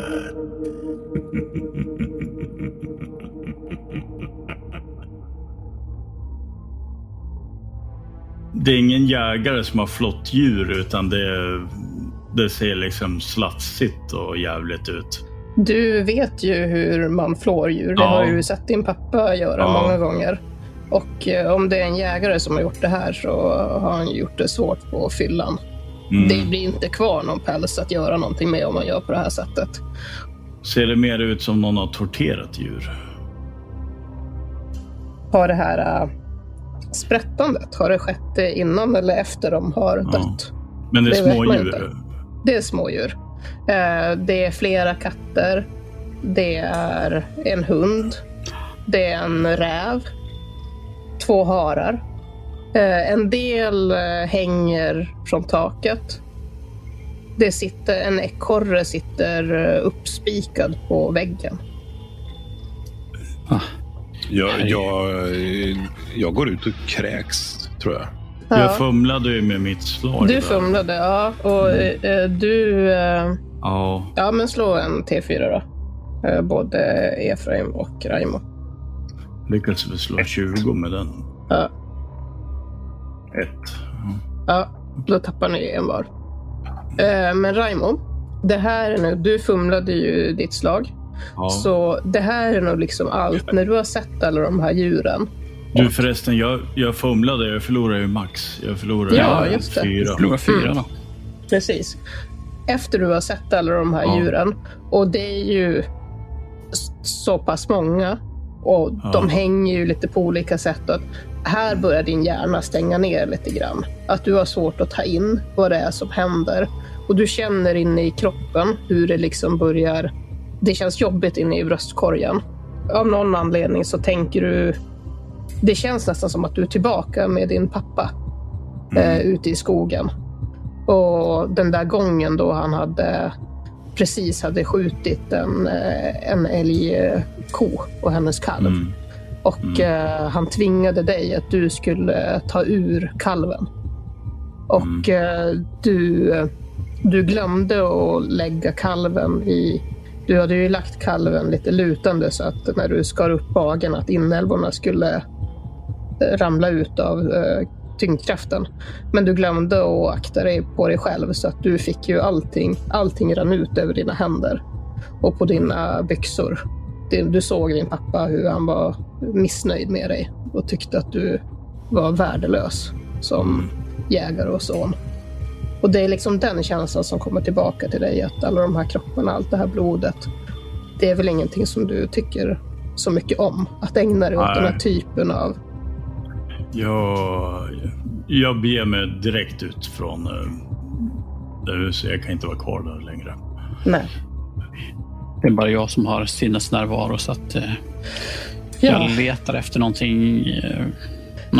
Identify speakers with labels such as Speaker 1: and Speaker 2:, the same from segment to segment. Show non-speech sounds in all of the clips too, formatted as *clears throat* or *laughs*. Speaker 1: Skräckblandat. Det är ingen jägare som har flott djur utan det, det ser liksom slatsigt och jävligt ut.
Speaker 2: Du vet ju hur man flår djur. Det
Speaker 1: Ja.
Speaker 2: har ju sett din pappa göra
Speaker 1: Ja.
Speaker 2: många gånger. Och eh, om det är en jägare som har gjort det här så har han gjort det svårt på fyllan.
Speaker 1: Mm.
Speaker 2: Det blir inte kvar någon päls att göra någonting med om man gör på det här sättet.
Speaker 1: Ser det mer ut som någon har torterat djur?
Speaker 2: Har det här äh, sprättandet, har det skett eh, innan eller efter de har
Speaker 1: Ja.
Speaker 2: dött?
Speaker 1: Men det är
Speaker 2: Det vet man
Speaker 1: smådjur.
Speaker 2: inte. Det är smådjur. Eh, Det är flera katter. Det är en hund. Det är en räv. Två harar. Eh, En del eh, hänger från taket. Det sitter, en ekorre sitter eh, uppspikad på väggen.
Speaker 3: Jag, jag, jag går ut och kräks, tror jag.
Speaker 2: Ja.
Speaker 1: Jag fumlade ju med mitt slag.
Speaker 2: Du
Speaker 1: där.
Speaker 2: fumlade, ja. Och eh, eh, du... eh,
Speaker 1: Ja.
Speaker 2: Ja, men slå en T4 då. Eh, Både Efraim och Raimo.
Speaker 1: Lyckades vi slå 20 med den?
Speaker 2: Ja.
Speaker 1: Ett.
Speaker 2: Ja, då tappar ni en var. Eh, Men Raimo, det här är nu... Du fumlade ju ditt slag.
Speaker 1: Ja.
Speaker 2: Så det här är nog liksom allt. När du har sett alla de här djuren.
Speaker 1: Du förresten, jag, jag fumlade. Jag förlorade ju max. Jag förlorade
Speaker 2: Ja,
Speaker 1: ju
Speaker 2: just det.
Speaker 1: fyra. Mm.
Speaker 4: Förlorar fyra då.
Speaker 2: Precis. Efter du har sett alla de här
Speaker 1: Ja.
Speaker 2: djuren. Och det är ju s- så pass många. Och
Speaker 1: Ja.
Speaker 2: de hänger ju lite på olika sätt. Och att här börjar din hjärna stänga ner lite grann. Att du har svårt att ta in vad det är som händer. Och du känner inne i kroppen hur det liksom börjar... Det känns jobbigt inne i bröstkorgen. Av någon anledning så tänker du... Det känns nästan som att du är tillbaka med din pappa eh,
Speaker 1: Mm.
Speaker 2: ute i skogen. Och den där gången då han hade precis hade skjutit en, eh, en älgko och hennes kalv.
Speaker 1: Mm.
Speaker 2: Och eh, han tvingade dig att du skulle ta ur kalven. Och
Speaker 1: Mm.
Speaker 2: eh, du, du glömde att lägga kalven i... Du hade ju lagt kalven lite lutande så att när du skar upp bagen att inälvorna skulle eh, ramla ut av eh, tyngdkraften. Men du glömde att akta dig på dig själv så att du fick ju allting. Allting rann ut över dina händer och på dina byxor. Det- Du såg din pappa hur han var missnöjd med dig och tyckte att du var värdelös som jägare och son. Och det är liksom den känslan som kommer tillbaka till dig, att alla de här kropparna, allt det här blodet, det är väl ingenting som du tycker så mycket om, att ägna dig åt
Speaker 1: Nej.
Speaker 2: den här typen av...
Speaker 1: Jag, jag beger mig direkt ut från eh, det huset. Jag kan inte vara kvar där längre.
Speaker 2: Nej.
Speaker 4: Det är bara jag som har sinnesnärvaro så att eh,
Speaker 2: Ja.
Speaker 4: jag letar efter någonting. Eh,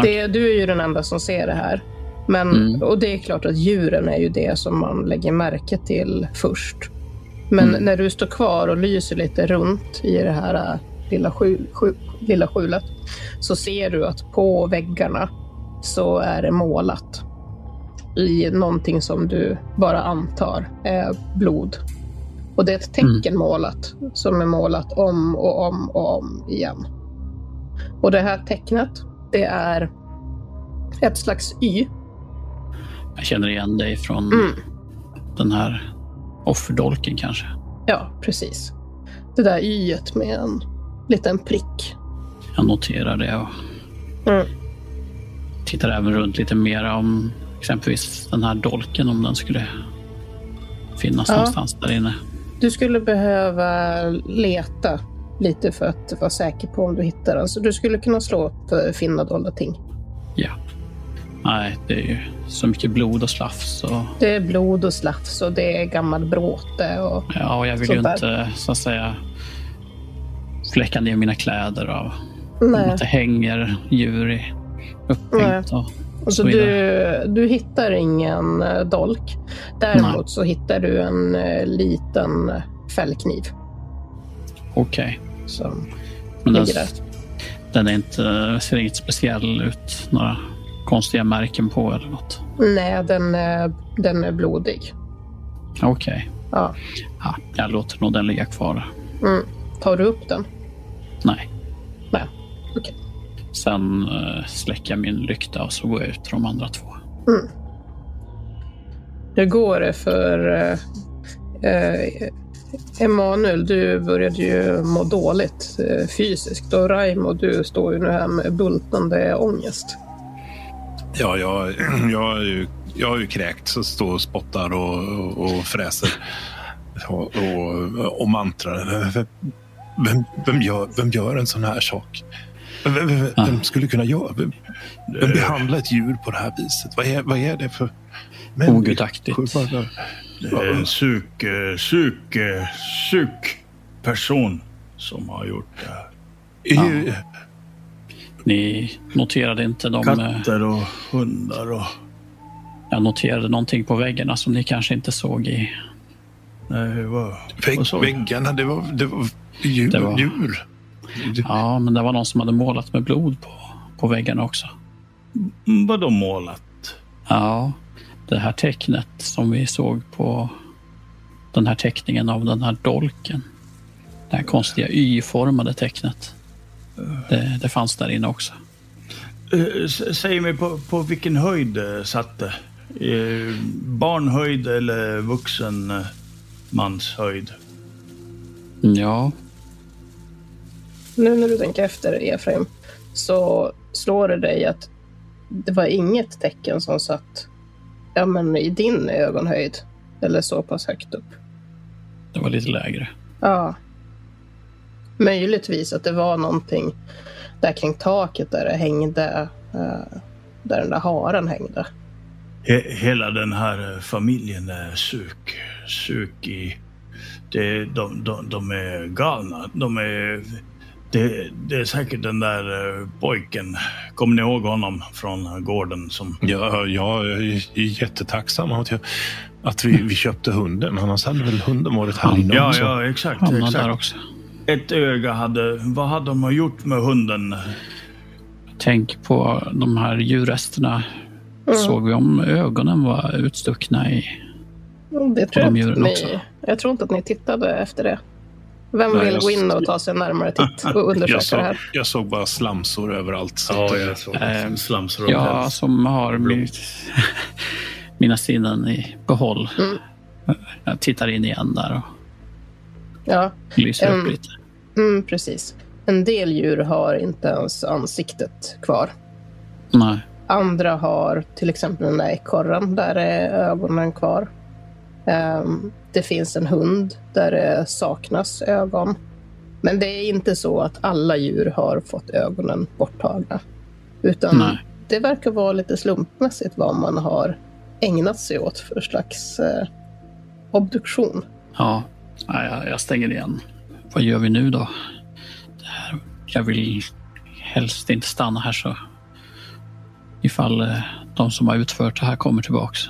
Speaker 2: Det, du är ju den enda som ser det här. Men,
Speaker 4: Mm.
Speaker 2: Och det är klart att djuren är ju det som man lägger märke till först. Men när du står kvar och lyser lite runt i det här äh, lilla, skjul, skjul, lilla skjulet så ser du att på väggarna så är det målat i någonting som du bara antar är blod. Och det är ett tecken målat som är målat om och om och om igen. Och det här tecknet, det är ett slags Y.
Speaker 4: jag känner igen dig från
Speaker 2: Mm.
Speaker 4: den här offerdolken kanske.
Speaker 2: Ja, precis. Det där Y-et med en liten prick.
Speaker 4: Jag noterar det och
Speaker 2: Mm.
Speaker 4: tittar även runt lite mer om exempelvis den här dolken om den skulle finnas
Speaker 2: Ja.
Speaker 4: någonstans där inne.
Speaker 2: Du skulle behöva leta lite för att vara säker på om du hittar den. Så du skulle kunna slå för finna dolda ting.
Speaker 4: Ja. Nej, det är ju så mycket blod och slafs och
Speaker 2: Det är blod och slafs och det är gammal bråte. Och...
Speaker 4: Ja, och jag vill
Speaker 2: Sånt
Speaker 4: ju
Speaker 2: där.
Speaker 4: inte så att säga fläcka ner mina kläder av
Speaker 2: Nej.
Speaker 4: att det hänger djur i upphängt. Och
Speaker 2: Alltså
Speaker 4: Så
Speaker 2: du,
Speaker 4: vidare.
Speaker 2: du hittar ingen eh, dolk. Däremot så hittar du en eh, liten eh, fällkniv.
Speaker 4: Okej.
Speaker 2: Som
Speaker 4: Men den,
Speaker 2: ligger där.
Speaker 4: den är inte, ser inget speciell ut. Några konstiga märken på eller något.
Speaker 2: Nej, den, eh, den är blodig.
Speaker 4: Okej.
Speaker 2: Ja.
Speaker 4: Ja, jag låter nog den ligga kvar.
Speaker 2: Mm. Tar du upp den?
Speaker 4: Nej.
Speaker 2: Nej. Okej.
Speaker 4: Sen eh, släcker jag min lykta och så går jag ut till de andra två.
Speaker 2: Hur går det för eh, eh, Emanuel? Du började ju må dåligt eh, fysiskt och Raimo, du står ju nu här med bultande ångest.
Speaker 3: Ja, jag, *clears throat* jag, är ju, jag är ju kräkt så står och spottar och, och, och fräser. Och, och, och mantrar. Vem- Vem, vem, gör, vem gör en sån här sak? Vem, vem, vem skulle kunna göra? Vem, vem behandlar ett djur på det här viset? Vad är, vad är det för... människor?
Speaker 4: Ogudaktigt.
Speaker 3: Bara-
Speaker 1: Det är en sjuk, eh, sjuk, eh, sjuk person som har gjort det här.
Speaker 3: Ja.
Speaker 4: Ni noterade inte de... eh,
Speaker 1: Katter och hundar och...
Speaker 4: Jag noterade någonting på väggarna som ni kanske inte såg i...
Speaker 1: Nej, vad, vad
Speaker 3: Vägg,
Speaker 1: sa du?
Speaker 3: väggarna, det var, det var djur.
Speaker 4: Det var-
Speaker 3: djur. Det-
Speaker 4: Ja, men det var någon som hade målat med blod på, på väggarna också.
Speaker 1: Mm, Vadå målat?
Speaker 4: Ja, det här tecknet som vi såg på den här teckningen av den här dolken. Det här konstiga Y-formade tecknet. Det, det fanns där inne också.
Speaker 1: Eh, s- Säg mig på, på vilken höjd eh, satt det? Eh, Barnhöjd eller vuxen eh, mans höjd?
Speaker 4: Ja,
Speaker 2: Nu när du tänker efter, Efraim, så slår det dig att det var inget tecken som satt ja, men i din ögonhöjd eller så pass högt upp.
Speaker 4: det var lite lägre.
Speaker 2: Ja. Möjligtvis att det var någonting där kring taket där det hängde, eh, där den där haren hängde.
Speaker 1: He, hela den här eh, familjen är sjuk. Sjuk i... Det, de, de, de är galna. De är... Det, det är säkert den där eh, pojken. Kommer ni ihåg honom från gården som...
Speaker 3: Ja, jag är jättetacksam att, jag, att vi, vi köpte hunden. Annars hade väl hunden varit här inne
Speaker 1: Ja,
Speaker 3: också.
Speaker 1: ja, exakt.
Speaker 4: Hamnade där
Speaker 1: exakt.
Speaker 4: också.
Speaker 1: Ett öga hade... Vad hade de gjort med hunden?
Speaker 4: Tänk på de här djurresterna. Såg vi om ögonen var utstuckna i...
Speaker 2: Det tror
Speaker 4: Och
Speaker 2: jag,
Speaker 4: de
Speaker 2: inte
Speaker 4: djuren
Speaker 2: ni,
Speaker 4: också.
Speaker 2: jag tror inte att ni tittade efter det. Vem
Speaker 3: Nej,
Speaker 2: vill
Speaker 3: jag-
Speaker 2: gå in och ta sig en närmare titt och
Speaker 3: Jag
Speaker 2: undersöka
Speaker 3: såg,
Speaker 2: det här?
Speaker 3: jag såg bara slamsor överallt. Så
Speaker 1: Ja,
Speaker 3: att,
Speaker 1: jag såg
Speaker 4: Ehm,
Speaker 1: slamsor och
Speaker 4: Jag
Speaker 1: päls.
Speaker 4: som har min, *laughs* mina sinnen i behåll.
Speaker 2: Mm.
Speaker 4: Jag tittar in igen där och
Speaker 2: Ja,
Speaker 4: lyser
Speaker 2: Mm.
Speaker 4: upp lite.
Speaker 2: mm, precis. En del djur har inte ens ansiktet kvar.
Speaker 4: Nej.
Speaker 2: Andra har till exempel den där ekorren, där är ögonen kvar. Ehm, det finns en hund där det saknas ögon. Men det är inte så att alla djur har fått ögonen borttagna. Utan
Speaker 4: Nej.
Speaker 2: det verkar vara lite slumpmässigt vad man har ägnat sig åt för slags eh, obduktion.
Speaker 4: Ja, ja, jag, jag stänger igen. Vad gör vi nu då? Det här, jag vill helst inte stanna här så ifall eh, de som har utfört det här kommer tillbaks.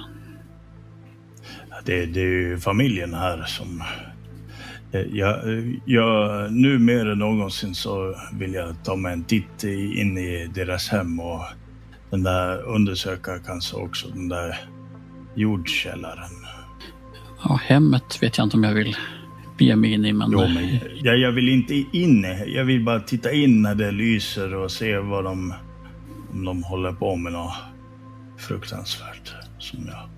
Speaker 1: Det, det är ju familjen här som... Eh, Jag, jag, nu mer än någonsin så vill jag ta mig en titt i- in i deras hem och den där undersöka kanske också den där jordkällaren.
Speaker 4: Ja, hemmet vet jag inte om jag vill bege mig in i, men,
Speaker 1: Jo, men jag, jag vill inte in. Jag vill bara titta in när det lyser och se vad de... Om de håller på med något fruktansvärt som jag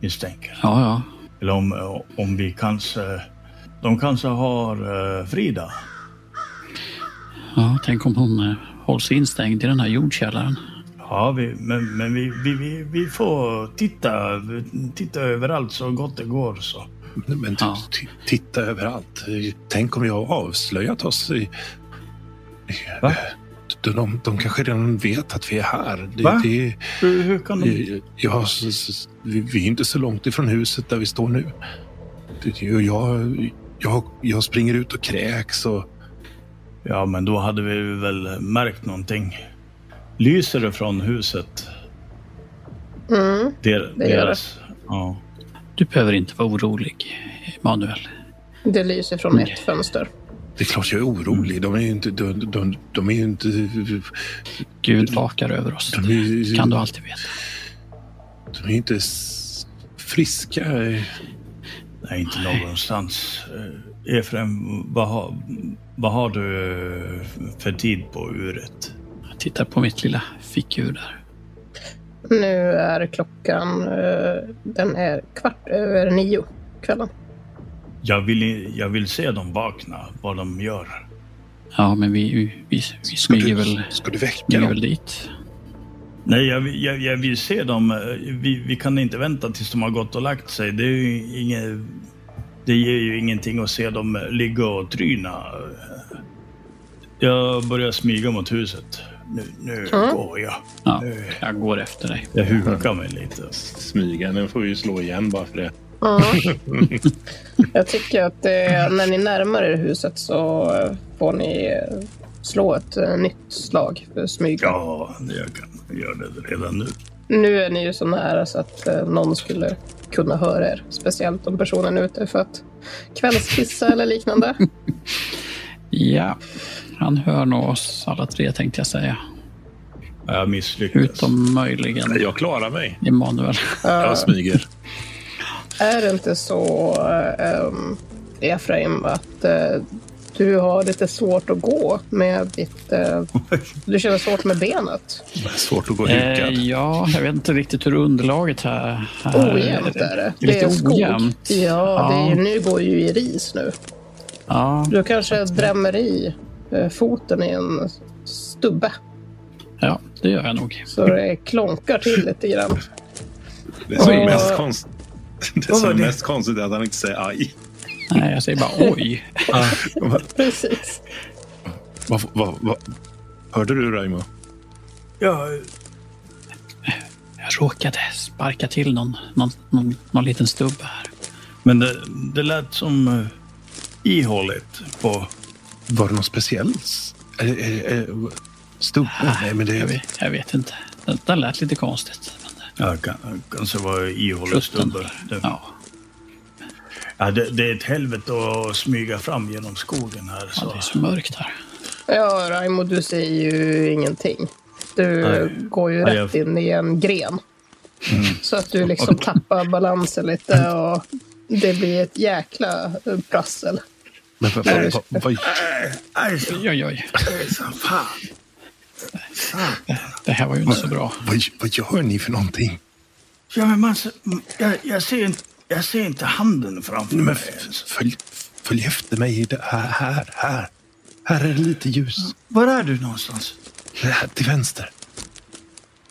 Speaker 1: misstänker.
Speaker 4: ja, ja.
Speaker 1: Eller om, om vi kanske... De kanske har eh, Frida.
Speaker 4: ja. Tänk om hon eh, hålls instängd i den här jordkällaren.
Speaker 1: Ja, vi, men, men vi, vi, vi, vi får titta, titta överallt så gott det går. Så.
Speaker 3: men t-
Speaker 4: Ja.
Speaker 3: t- titta överallt. Tänk om jag har avslöjat oss. I,
Speaker 1: Va?
Speaker 3: de, de, de kanske redan vet att vi är här. Det,
Speaker 1: Va?
Speaker 3: Det,
Speaker 1: Hur, hur kan de...
Speaker 3: det- ja, s- s- vi, vi är inte så långt ifrån huset där vi står nu. Det- det- och Jag, jag, jag springer ut och kräks. Och,
Speaker 1: Ja, men då hade vi väl märkt någonting. Lyser det från huset?
Speaker 2: Mm.
Speaker 1: Der,
Speaker 2: Det gör
Speaker 1: deras. Ja.
Speaker 4: Du behöver inte vara orolig, Emanuel.
Speaker 2: Det lyser från ett fönster.
Speaker 3: Det är klart jag är orolig. De är ju inte... De, de, de är ju inte...
Speaker 4: Gud vakar över oss.
Speaker 3: De är, ju-
Speaker 4: Det kan du alltid veta.
Speaker 3: de är ju inte s- friska.
Speaker 1: Nej, inte någonstans. Eh, Efraim, vad har, vad har du eh, för tid på uret?
Speaker 4: Jag tittar på mitt lilla fickur där.
Speaker 2: Nu är klockan eh, den är kvart över nio kvällen.
Speaker 1: Jag vill, i- jag vill se dem vakna, vad de gör.
Speaker 4: Ja, men vi, vi, vi, vi
Speaker 3: Ska
Speaker 4: smyger
Speaker 3: du,
Speaker 4: väl,
Speaker 3: ska du väcka
Speaker 4: smyger
Speaker 3: dem?
Speaker 4: väl dit.
Speaker 1: Nej, jag, vill- jag, jag vill se dem. eh, Vi, vi kan inte vänta tills de har gått och lagt sig. Det, är ju inget, det ger ju ingenting att se dem eh, ligga och tryna. Jag börjar smyga mot huset. Nu, nu går jag.
Speaker 4: Ja,
Speaker 1: Nu,
Speaker 4: jag går efter dig.
Speaker 1: jag hukar mig lite.
Speaker 3: Smyga. Nu får vi ju slå igen bara för det.
Speaker 2: Ja. Jag tycker att eh, när ni närmar er huset så eh, får ni eh, slå ett eh, nytt slag för smyga.
Speaker 1: Ja, jag kan göra det redan nu.
Speaker 2: Nu är ni ju så nära så att eh, någon skulle kunna höra er. Speciellt om personen är ute för att kvällskissa eller liknande.
Speaker 4: Ja, han hör nog oss alla tre tänkte jag säga.
Speaker 1: Jag misslyckas.
Speaker 4: Utom möjligen
Speaker 3: Nej, Jag klarar mig.
Speaker 4: Emanuel.
Speaker 3: Jag smyger.
Speaker 2: Är det inte så, eh, ehm, Efraim, att eh, du har lite svårt att gå med ditt... Eh, du känner svårt med benet?
Speaker 3: Svårt att gå
Speaker 4: Eh,
Speaker 3: hukad.
Speaker 4: ja, jag vet inte riktigt hur underlaget här, här
Speaker 2: Ojämnt Oh, är det. Det
Speaker 4: Lite
Speaker 2: är skog.
Speaker 4: ojämnt.
Speaker 2: Ja, det är ju, nu går ju i ris nu.
Speaker 4: Ja,
Speaker 2: Du kanske drämmer i eh, foten i en stubbe
Speaker 4: ja, det gör jag nog.
Speaker 2: så det klonkar till lite grann.
Speaker 3: Det som är
Speaker 2: Oj.
Speaker 3: mest konstigt... Det som
Speaker 1: var
Speaker 3: är
Speaker 1: det?
Speaker 3: mest konstigt är att han inte säger aj.
Speaker 4: Nej, jag säger bara oj.
Speaker 2: *laughs* Precis.
Speaker 3: Ah. Vad, vad, vad? Hörde du Raimo?
Speaker 1: Ja,
Speaker 4: Jag råkade sparka till någon, någon, någon, någon liten stubbe här.
Speaker 1: men det, det lät som eh, ihåligt på...
Speaker 3: Var det någon speciell? s- eh, eh, eh, Stubbe?
Speaker 4: Ah,
Speaker 3: Nej, men det
Speaker 4: Jag
Speaker 3: är...
Speaker 4: vet, jag vet inte. Den, den lät lite konstigt. Men,
Speaker 1: Ja, kan, kanske var ihåligt
Speaker 4: sjutton.
Speaker 1: stubbe. Det-
Speaker 4: Ja.
Speaker 1: Ja, det, det är ett helvete att smyga fram genom skogen här.
Speaker 4: ja,
Speaker 1: Så.
Speaker 4: det är så mörkt här.
Speaker 2: Ja, Raimo, du säger ju ingenting. Du
Speaker 1: Nej.
Speaker 2: går ju
Speaker 1: Nej,
Speaker 2: rätt
Speaker 1: jag- Mm.
Speaker 2: in i en gren. Så att du liksom tappar balansen lite och det blir ett jäkla eh, prassel.
Speaker 3: Men vad, vad, vad, vad,
Speaker 1: Aj, så-
Speaker 4: Oj, oj, oj.
Speaker 1: aj, så fan.
Speaker 4: Det här var ju inte så bra.
Speaker 3: vad, vad gör ni för någonting?
Speaker 1: Ja, men man, ser- jag, jag, ser inte, jag ser inte handen framför mig.
Speaker 3: Men f- följ, följ efter mig. i det Här, här, här. Här är det lite ljus.
Speaker 1: Var är du någonstans?
Speaker 3: Det Här, till vänster.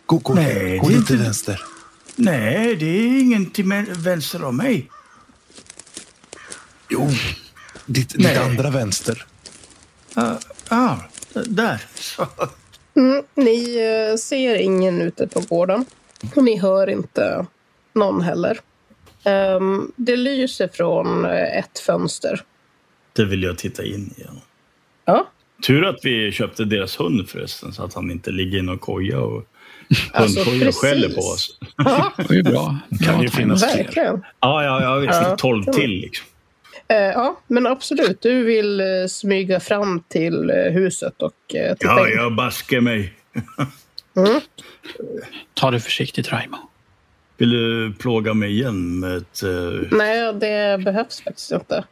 Speaker 3: Gå, gå,
Speaker 1: Nej,
Speaker 3: gå
Speaker 1: det är
Speaker 3: inte
Speaker 1: inte-
Speaker 3: till vänster.
Speaker 1: Nej, det är ingen till men- vänster om mig.
Speaker 3: Jo, ditt, ditt
Speaker 1: Nej.
Speaker 3: andra vänster.
Speaker 1: Ja, ah, d- där. Så.
Speaker 2: Mm, ni eh, ser ingen ute på gården och ni hör inte någon heller. Ehm, det lyser från eh, ett fönster.
Speaker 1: Det vill jag titta in igen.
Speaker 2: Ja,
Speaker 1: Tur att vi köpte deras hund förresten, så att han inte ligger i någon koja och
Speaker 2: Alltså, hundkoja precis. skäller på oss. ja
Speaker 4: Det var ju bra.
Speaker 3: Kan ju
Speaker 4: bra tajmat.
Speaker 3: finnas fler.
Speaker 2: verkligen.
Speaker 1: Ja, ja, ja visst.
Speaker 2: Ja.
Speaker 1: Tolv till liksom.
Speaker 2: Eh, ja, men absolut. Du vill eh, smyga fram till eh, huset och eh, titta
Speaker 1: Ja,
Speaker 2: in.
Speaker 1: jag baskar mig.
Speaker 4: Ta det försiktigt, Raimo.
Speaker 1: Vill du plåga mig igen med ett... eh,
Speaker 2: Nej, det behövs faktiskt inte.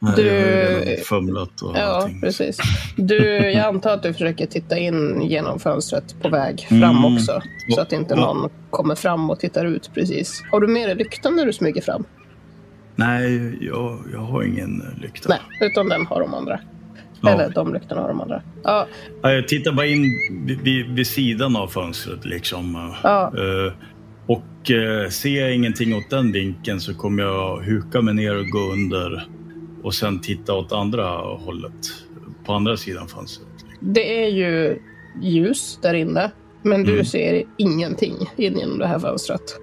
Speaker 1: Nej,
Speaker 2: Du-
Speaker 1: Jag har ju redan fumlat och
Speaker 2: Ja,
Speaker 1: allting.
Speaker 2: precis. Du, jag antar att du försöker titta in genom fönstret på väg fram
Speaker 1: Mm.
Speaker 2: också. Så att inte
Speaker 1: Ja.
Speaker 2: någon kommer fram och tittar ut precis. Har du med dig lyktan när du smyger fram?
Speaker 1: Nej, jag, jag har ingen eh, lykta.
Speaker 2: Nej, utan den har de andra.
Speaker 1: Ja.
Speaker 2: Eller de lyktorna har de andra. Ja,
Speaker 1: Ja, jag tittar bara in vid, vid, vid sidan av fönstret liksom.
Speaker 2: Ja.
Speaker 1: Eh, och eh, ser jag ingenting åt den vinkeln så kommer jag huka mig ner och gå under och sen titta åt andra hållet. På andra sidan fönstret.
Speaker 2: det är ju ljus där inne. Men du
Speaker 1: Mm.
Speaker 2: ser ingenting in genom det här fönstret.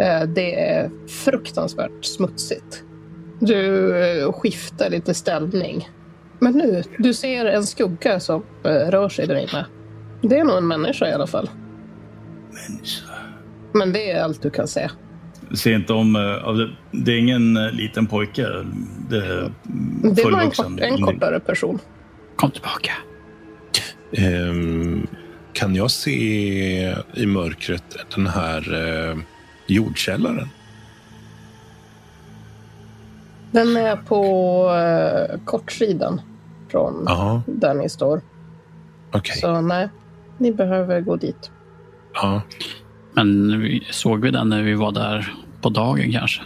Speaker 2: Eh, Det är fruktansvärt smutsigt. Du eh, skiftar lite ställning. Men nu, du ser en skugga som eh, rör sig där inne. Det är nog en människa i alla fall.
Speaker 1: Människa.
Speaker 2: Men det är allt du kan se.
Speaker 1: Se inte om... eh, av det- Det är ingen eh, liten pojke. Det är mm,
Speaker 2: Det var en,
Speaker 1: fullvuxen.
Speaker 2: kort, en kortare person.
Speaker 4: Kom tillbaka.
Speaker 3: Ehm, kan jag se i mörkret den här eh, jordkällaren?
Speaker 2: Den är på eh, kortsidan från
Speaker 3: Ja,
Speaker 2: där ni står.
Speaker 3: okej.
Speaker 2: Så nej, ni behöver gå dit.
Speaker 3: Ja.
Speaker 4: Men vi, såg vi den när vi var där på dagen kanske?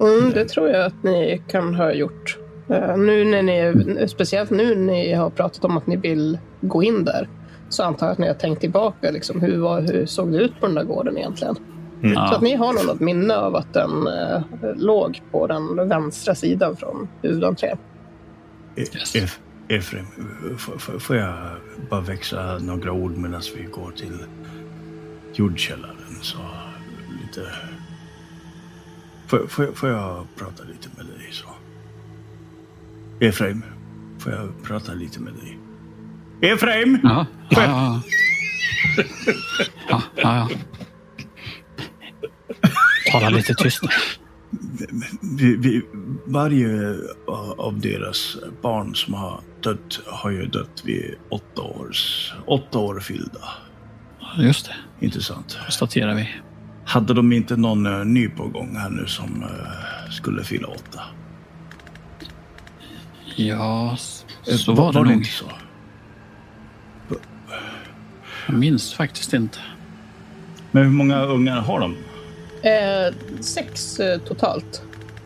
Speaker 2: Mm, det tror jag att ni kan ha gjort. Eh, Nu när ni, speciellt nu när ni har pratat om att ni vill gå in där så antar jag att ni har tänkt tillbaka. Liksom, hur, var, hur såg det ut på den där gården egentligen? Så
Speaker 4: Ja.
Speaker 2: att ni har nog något minne av att den eh, låg på den vänstra sidan från huvudentrén.
Speaker 1: E- Ef- Efraim, f- f- får jag bara växla några ord medan vi går till jordkällaren? Så lite... Får, får, jag- får jag prata lite med dig? så? Efraim, får jag prata lite med dig? Efraim!
Speaker 4: Ja.
Speaker 2: *laughs*
Speaker 4: Ja, ja, ja. ja, ja, ja. Tala lite tyst.
Speaker 1: Vi, vi, varje a- av deras barn som har dött har ju dött vid åtta, års, åtta år fyllda.
Speaker 4: Just det,
Speaker 1: Inte sant?
Speaker 4: konstaterar vi.
Speaker 1: Hade de inte någon eh, ny på gång här nu som eh, skulle fylla åtta?
Speaker 4: Ja, s-
Speaker 1: Eh,
Speaker 4: så var det nog.
Speaker 1: inte så?
Speaker 4: Jag minns faktiskt inte.
Speaker 1: Men hur många ungar har de?
Speaker 2: Eh, sex eh, totalt.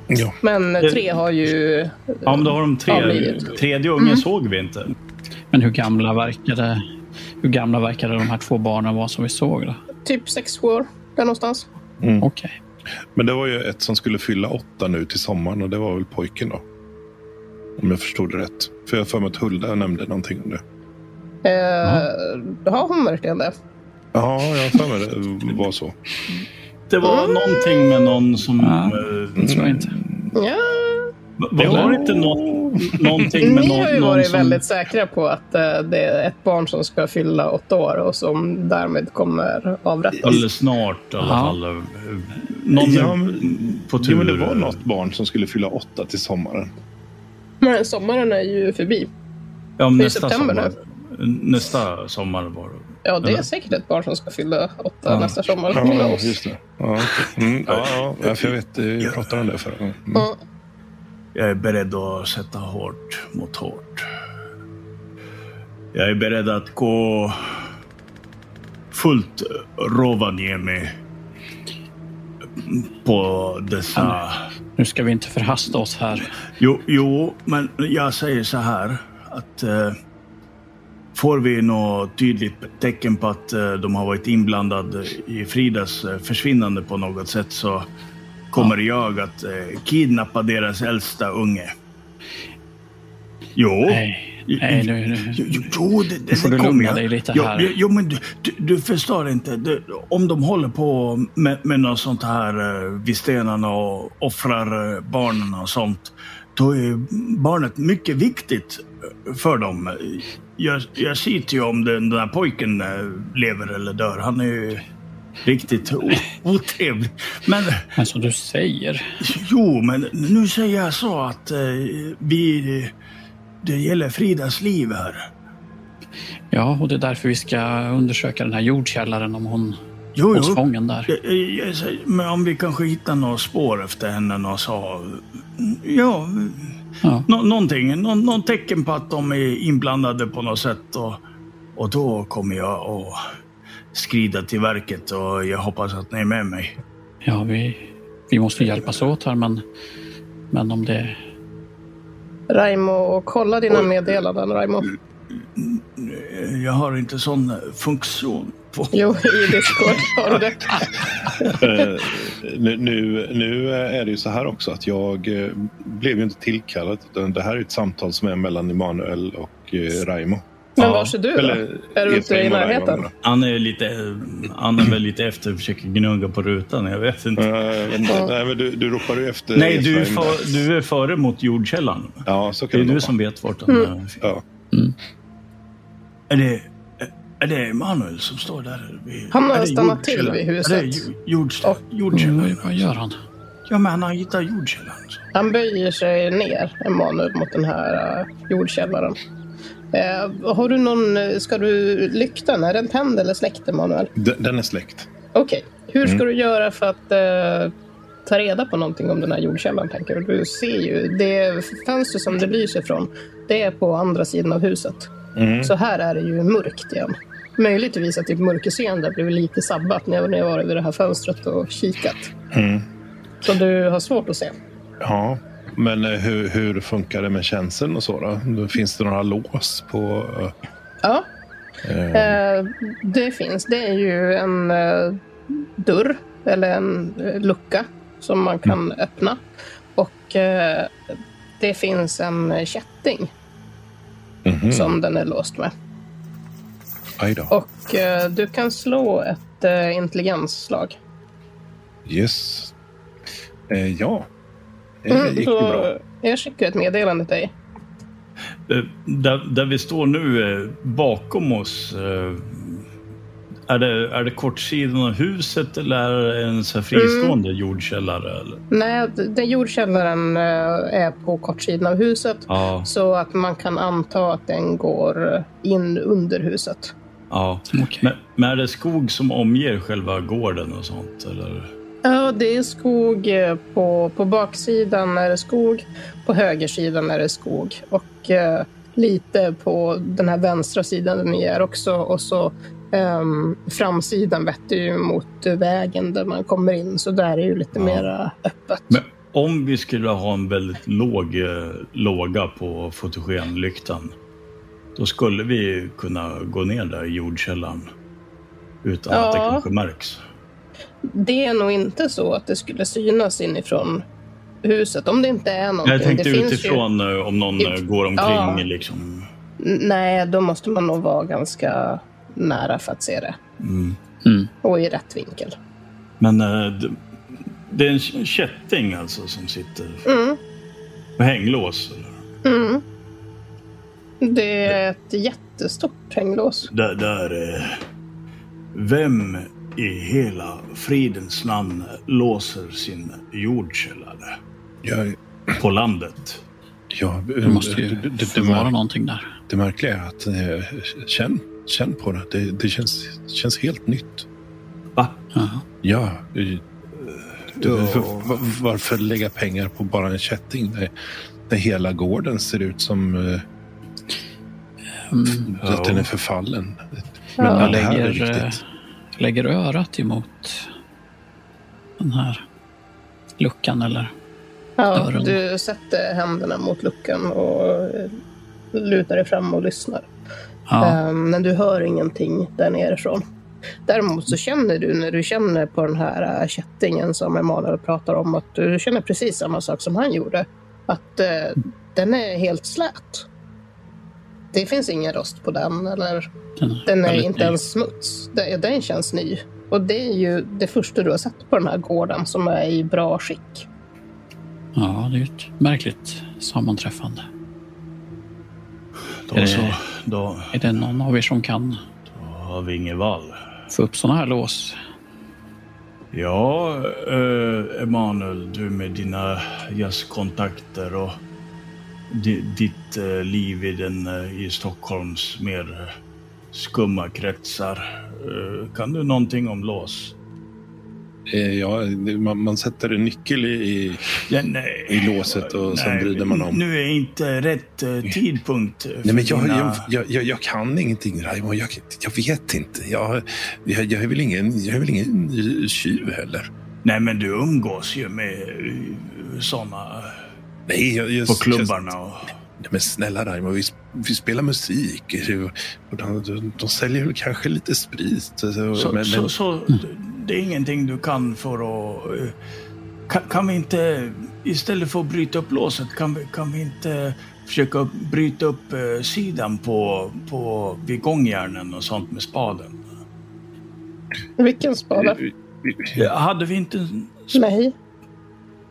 Speaker 3: ja.
Speaker 2: Men eh, tre har ju... eh,
Speaker 1: Ja, men då har de tre.
Speaker 2: Avlidit.
Speaker 1: Tredje ungen
Speaker 2: Mm.
Speaker 1: såg vi inte.
Speaker 4: Men hur gamla verkade, hur gamla verkade de här två barnen vara som vi såg? Då?
Speaker 2: Typ sex sju år, där någonstans.
Speaker 4: Okej.
Speaker 3: Men det var ju ett som skulle fylla åtta nu till sommaren och det var väl pojken då? Om jag förstod det rätt. För jag har för mig att Hulda nämnde någonting om det.
Speaker 2: Eh, Har hon verkligen det?
Speaker 3: Ja, jag har för mig det var så.
Speaker 1: Det var någonting med någon som...
Speaker 4: Ja.
Speaker 1: eh,
Speaker 4: det tror
Speaker 3: Mm.
Speaker 4: jag inte.
Speaker 2: Ja,
Speaker 1: var, var det inte någon, någonting med
Speaker 2: ni
Speaker 1: någon,
Speaker 2: har ju
Speaker 1: någon
Speaker 2: varit
Speaker 1: som...
Speaker 2: väldigt säkra på att eh, det är ett barn som ska fylla åtta år och som därmed kommer avrättas.
Speaker 1: Eller snart i alla
Speaker 4: Ja.
Speaker 1: fall. eh, Någon
Speaker 3: Ja, men-
Speaker 1: på tur.
Speaker 3: Jo, men det var något barn som skulle fylla åtta till sommaren.
Speaker 2: Men sommaren är ju förbi.
Speaker 1: Ja, men
Speaker 2: i
Speaker 1: nästa
Speaker 2: september
Speaker 1: sommar. Nästa sommar var det.
Speaker 2: Ja, det är
Speaker 1: Eller?
Speaker 2: säkert ett barn som ska fylla åtta nästa sommar.
Speaker 3: Ja,
Speaker 2: Ja,
Speaker 3: just det. Ja, okej. mm, ja, ja, för jag vet. eh, Vi pratade om det förra gången. Mm.
Speaker 2: ja.
Speaker 1: Jag är beredd att sätta hårt mot hårt. Jag är beredd att gå fullt Rovaniemi på dessa...
Speaker 4: Nu ska vi inte förhasta oss här.
Speaker 1: Jo, jo, men jag säger så här att eh, får vi något tydligt tecken på att eh, de har varit inblandade i Fridas eh, försvinnande på något sätt så kommer jag att eh, kidnappa deras äldsta unge. Jo.
Speaker 4: Nej, nej nu, nu.
Speaker 1: Jo, jo, Jo, det, det,
Speaker 4: får
Speaker 1: det
Speaker 4: du
Speaker 1: kommer
Speaker 4: lugna
Speaker 1: jag.
Speaker 4: dig lite
Speaker 1: jo,
Speaker 4: här.
Speaker 1: Jo, jo, men du, du, du förstår inte. Du, om de håller på med, med något sånt här eh, vid stenarna och offrar eh, barnen och sånt, då är barnet mycket viktigt eh, för dem. Jag, jag ser ju om den, den där pojken eh, lever eller dör. Han är ju riktigt o- otrevlig. Men
Speaker 4: Men som du säger.
Speaker 1: Jo, men nu säger jag så att eh, vi... Det gäller Fridas liv här.
Speaker 4: Ja, och det är därför vi ska undersöka den här jordkällaren om hon
Speaker 1: Jo,
Speaker 4: hos
Speaker 1: jo.
Speaker 4: fången där.
Speaker 1: Jag- jag- jag säger, Men om vi kanske hittar några spår efter henne, några så... Ja,
Speaker 4: Ja.
Speaker 1: nå- någonting. Nå någon tecken på att de är inblandade på något sätt. Och, och då kommer jag att skrida till verket och jag hoppas att ni är med mig.
Speaker 4: Ja, vi, vi måste hjälpas åt här, men, men om det...
Speaker 2: Raimo, kolla dina meddelanden, Raimo.
Speaker 1: Jag har inte sån funktion på...
Speaker 2: Jo, i Discord har du det.
Speaker 3: Eh, nu, nu, nu är det ju så här också att jag eh, blev ju inte tillkallad. Utan det här är ett samtal som är mellan Emanuel och eh, Raimo.
Speaker 2: Men var är du då? Är du inte
Speaker 3: Efraim
Speaker 2: i
Speaker 3: och Raimo,
Speaker 2: närheten?
Speaker 3: menar
Speaker 1: Han är lite... Han är väl lite efter och försöker gnugga på rutan. Jag vet
Speaker 3: jag.
Speaker 1: inte.
Speaker 3: Eh, jag vet inte. Nej, men du, du ropar ju efter
Speaker 1: Nej, du är,
Speaker 3: Efraim där.
Speaker 1: för, du är före mot jordkällan.
Speaker 3: Ja, så
Speaker 1: Det
Speaker 3: kan
Speaker 1: är
Speaker 3: det
Speaker 1: du
Speaker 3: vara.
Speaker 1: som vet vart den mm.
Speaker 3: Ja.
Speaker 1: Är det... Är det Emanuel som står där? vid-
Speaker 2: Han har
Speaker 1: är det
Speaker 2: stannat till
Speaker 1: jordkällan?
Speaker 2: vid huset.
Speaker 1: Är det ju- jordställ- jordkällan?
Speaker 4: Oj, vad gör han?
Speaker 1: Ja, men han har hittat jordkällan. så.
Speaker 2: Han böjer sig ner, Emanuel, mot den här eh, jordkällaren. Eh, har du någon... eh, Ska du... Lyktan, är den tänd eller släckt, Emanuel?
Speaker 3: D- Den är släckt.
Speaker 2: Okej. Hur ska du göra för att eh, ta reda på någonting om den här jordkällan, tänker du? Du ser ju, det fönster som det lyser från, det är på andra sidan av huset. Så här är det ju mörkt igen. Möjligtvis att ditt mörkerseende blev lite sabbat när ni har varit vid det här fönstret och kikat. Så du har svårt att se.
Speaker 3: Ja, men eh, hur, hur funkar det med känseln och så då? Då Finns det några lås på...
Speaker 2: Ja,
Speaker 3: eh,
Speaker 2: Eh, det finns. Det är ju en eh, dörr eller en eh, lucka som man kan
Speaker 3: Mm.
Speaker 2: öppna. Och eh, det finns en eh, kätting
Speaker 3: mhm.
Speaker 2: som den är låst med.
Speaker 3: Aj då.
Speaker 2: Och eh, du kan slå ett eh, intelligensslag.
Speaker 3: Yes. Eh, ja. Eh, Det gick ju
Speaker 2: Mm, Så
Speaker 3: bra.
Speaker 2: Jag skickar ett meddelande till dig.
Speaker 1: Eh, Där, där vi står nu eh, bakom oss. eh, Är det, är det kortsidan av huset eller är det en så här fristående
Speaker 2: Mm.
Speaker 1: jordkällare? Eller?
Speaker 2: Nej, d- den jordkällaren eh, är på kortsidan av huset.
Speaker 1: Ja,
Speaker 2: Så att man kan anta att den går eh, in under huset.
Speaker 1: ja.
Speaker 4: Okej.
Speaker 1: Men, men är det skog som omger själva gården och sånt? Eller?
Speaker 2: Ja, det är skog eh, på, på baksidan är det skog, på högersidan är det skog och eh, lite på den här vänstra sidan där ni är också och så ehm, framsidan vetter ju mot eh, vägen där man kommer in så där är ju lite
Speaker 1: Ja.
Speaker 2: mera öppet.
Speaker 1: Men om vi skulle ha en väldigt låg eh, låga på fotogenlyktan, då skulle vi kunna gå ner där i jordkällan utan att det
Speaker 2: Ja.
Speaker 1: kanske märks.
Speaker 2: Det är nog inte så att det skulle synas inifrån huset om det inte är någonting.
Speaker 1: Jag tänkte
Speaker 2: det finns Ju,
Speaker 1: utifrån eh, om någon eh, går omkring
Speaker 2: Ja.
Speaker 1: liksom.
Speaker 2: N- nej, då måste man nog vara ganska nära för att se det
Speaker 1: Mm.
Speaker 4: Mm.
Speaker 2: och i rätt vinkel.
Speaker 1: Men eh, d- det är en k- kätting alltså som sitter
Speaker 2: Mm.
Speaker 1: med hänglås. eller?
Speaker 2: Mm. Det är ett jättestort hänglås.
Speaker 1: Där, där, eh, vem i hela fridens namn låser sin jordkällare
Speaker 3: Jag,
Speaker 1: på landet?
Speaker 3: jag,
Speaker 4: Det måste ju
Speaker 3: det, det, det,
Speaker 4: vara
Speaker 3: mär,
Speaker 4: någonting där.
Speaker 3: det märkliga är att eh, känn, känn på det. Det, det känns, känns helt nytt.
Speaker 1: Va?
Speaker 4: Ja.
Speaker 3: Ja. eh, Du,
Speaker 1: Ja.
Speaker 3: va- Varför lägga pengar på bara en kätting? När, när hela gården ser ut som eh,
Speaker 4: Mm.
Speaker 1: Ja.
Speaker 3: att den är förfallen.
Speaker 2: Ja.
Speaker 3: Men
Speaker 4: Jag
Speaker 3: det här är
Speaker 4: lägger, eh,
Speaker 3: riktigt.
Speaker 4: lägger örat emot den här luckan eller
Speaker 2: Ja,
Speaker 4: Dörren.
Speaker 2: du sätter händerna mot luckan och eh, lutar dig fram och lyssnar.
Speaker 4: ja,
Speaker 2: Ehm, Men du hör ingenting där nerifrån. Däremot så känner du när du känner på den här eh, kättingen som Emanuel pratar om att du känner precis samma sak som han gjorde. Att eh, den är helt slät. Det finns ingen rost på den eller
Speaker 4: den är
Speaker 2: Den är
Speaker 4: väldigt
Speaker 2: inte
Speaker 4: ny.
Speaker 2: ens smuts. Den, den känns ny. Och det är ju det första du har sett på den här gården som är i bra skick.
Speaker 4: Ja, det är ju ett märkligt sammanträffande.
Speaker 1: Då
Speaker 4: Är det-
Speaker 1: så. Då
Speaker 4: Är det någon av er som kan
Speaker 1: har vi ingen vall.
Speaker 4: få upp sådana här lås?
Speaker 1: Ja, eh, Emanuel, du med dina jazzkontakter och di- ditt eh, liv i, den, eh, i Stockholms mer eh, skumma kretsar. Eh, kan du någonting om lås?
Speaker 3: Eh, Ja, det- man, man sätter en nyckel i, i
Speaker 1: Ja, nej.
Speaker 3: I låset och sen vrider man om.
Speaker 1: Nu är inte rätt eh, tidpunkt. eh, för
Speaker 3: Nej, men jag,
Speaker 1: dina-
Speaker 3: jag, jag, jag, jag kan ingenting, Raimo. Jag, jag vet inte. Jag, jag, jag, är väl ingen, jag är väl ingen tjuv heller.
Speaker 1: Nej, men du umgås ju med eh, såna
Speaker 3: Nej, jag, jag,
Speaker 1: på
Speaker 3: jag-
Speaker 1: klubbarna. Och...
Speaker 3: nej, men snälla Raimo, vi, vi spelar musik. Och De, de, de säljer väl kanske lite sprit. Så,
Speaker 1: Så,
Speaker 3: men,
Speaker 1: så, så det är ingenting du kan för att... eh, Kan, kan vi inte, istället för att bryta upp låset, kan vi, kan vi inte försöka bryta upp eh, sidan på, på vid gångjärnen och sånt med spaden?
Speaker 2: Vilken spade?
Speaker 3: men,
Speaker 1: Ja, Hade vi inte... en sp-
Speaker 2: Nej,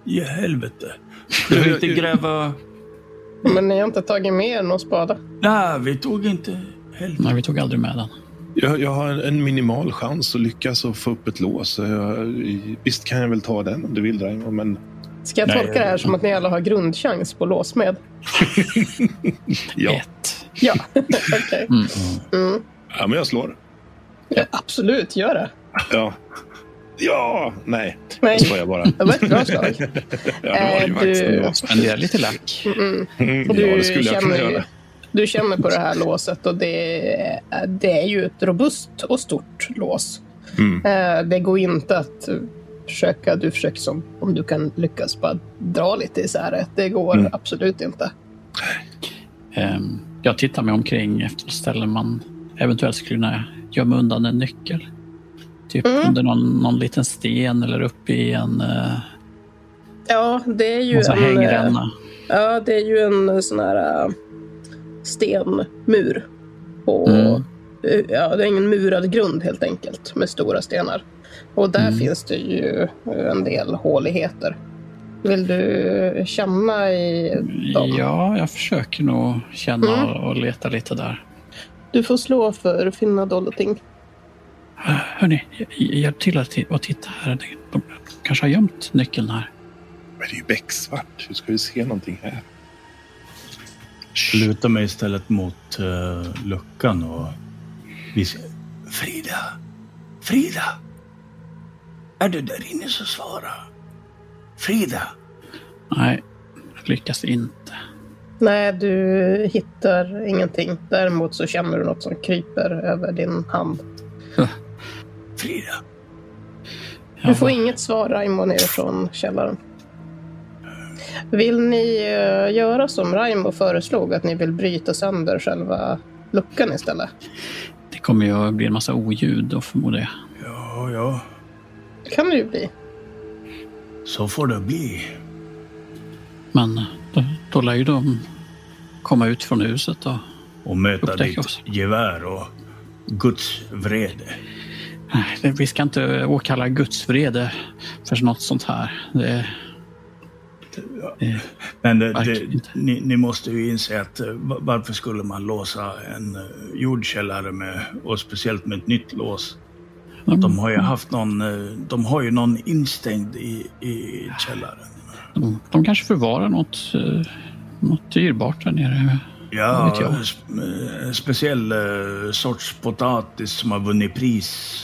Speaker 1: I
Speaker 3: *laughs*
Speaker 1: helvete. Skulle vi inte gräva...
Speaker 2: men ni har inte tagit med er någon spade.
Speaker 1: Nej, vi tog inte... Helvete.
Speaker 4: Nej, vi tog aldrig med den.
Speaker 3: Jag, jag har en, en minimal chans att lyckas och få upp ett lås. så Jag, visst kan jag väl ta den om du vill, Raimo, men
Speaker 2: Ska jag
Speaker 1: Nej.
Speaker 2: tolka det här som att ni alla har grundchans på låsmed?
Speaker 3: ja.
Speaker 4: Ett.
Speaker 2: Ja, *laughs* okej.
Speaker 4: Mm.
Speaker 2: Mm.
Speaker 3: ja men jag slår.
Speaker 2: Ja, absolut, gör det.
Speaker 3: Ja. Ja! Nej,
Speaker 2: Nej,
Speaker 3: *laughs* jag skojar bara.
Speaker 2: det var ett bra slag.
Speaker 3: Ja, det var
Speaker 2: Eh,
Speaker 3: ju faktiskt
Speaker 2: du-
Speaker 3: bra.
Speaker 4: Spendera lite lack.
Speaker 2: Mm.
Speaker 3: Mm,
Speaker 2: Du,
Speaker 3: ja, det skulle jag kunna
Speaker 2: känner, ju-
Speaker 3: göra.
Speaker 2: du känner på det här låset och det, är- det är ju ett robust och stort lås.
Speaker 3: Mm.
Speaker 2: Eh, Det går inte att försöka, du försöker som om du kan lyckas bara dra lite isär det. Det går
Speaker 3: Mm.
Speaker 2: absolut inte.
Speaker 4: Ehm, Jag tittar mig omkring efter ställen man eventuellt skulle kunna gömma undan en nyckel. Typ
Speaker 2: Mm.
Speaker 4: under någon, någon liten sten eller upp i en eh,
Speaker 2: Ja, det är ju
Speaker 4: massa
Speaker 2: en, eh,
Speaker 4: hängränna.
Speaker 2: ja, det är ju en sån här eh, stenmur. På,
Speaker 4: Mm.
Speaker 2: eh, ja, det är en murad grund helt enkelt med stora stenar. Och där
Speaker 4: Mm.
Speaker 2: finns det ju eh, en del håligheter. Vill du känna i dem?
Speaker 4: Ja, jag försöker nog känna
Speaker 2: Mm.
Speaker 4: och, och leta lite där.
Speaker 2: Du får slå för att finna dolda ting.
Speaker 4: Hörni, hjälp till att ti- att titta här. De, de kanske har gömt nyckeln här.
Speaker 3: Men det är ju becksvart. Hur ska vi se någonting här?
Speaker 1: Lutar mig istället mot eh, luckan och viskar. Frida! Frida! Är du där inne så svara. Frida!
Speaker 4: Nej, lyckas inte.
Speaker 2: Nej, du hittar ingenting. Däremot så känner du något som kryper över din hand.
Speaker 1: Frida!
Speaker 4: Ja,
Speaker 2: Du får inget svar, Raimo, nerifrån källaren. Vill ni eh, göra som Raimo föreslog, att ni vill bryta sönder själva luckan istället?
Speaker 4: Det kommer ju att bli en massa oljud då förmodar jag.
Speaker 1: Ja, ja.
Speaker 2: Det kan det ju bli.
Speaker 1: Så får det bli.
Speaker 4: Men då, då lär ju de komma ut från huset och
Speaker 1: Och möta
Speaker 4: Upptäck
Speaker 1: ditt
Speaker 4: oss.
Speaker 1: gevär och Guds vrede.
Speaker 4: Nej, det- vi ska inte åkalla Guds vrede för något sånt här. Det, det,
Speaker 1: Men eh, det,
Speaker 4: Verkligen
Speaker 1: det,
Speaker 4: inte.
Speaker 1: ni, ni måste ju inse att eh, va- varför skulle man låsa en eh, jordkällare med, och speciellt med ett nytt lås?
Speaker 4: Mm.
Speaker 1: De har ju haft någon, eh, de har ju någon instängd i, i källaren.
Speaker 4: de, de kanske förvarar något, eh, något dyrbart där nere. Vad
Speaker 1: Ja,
Speaker 4: vet jag?
Speaker 1: sp- eh, speciell eh, sorts potatis som har vunnit pris.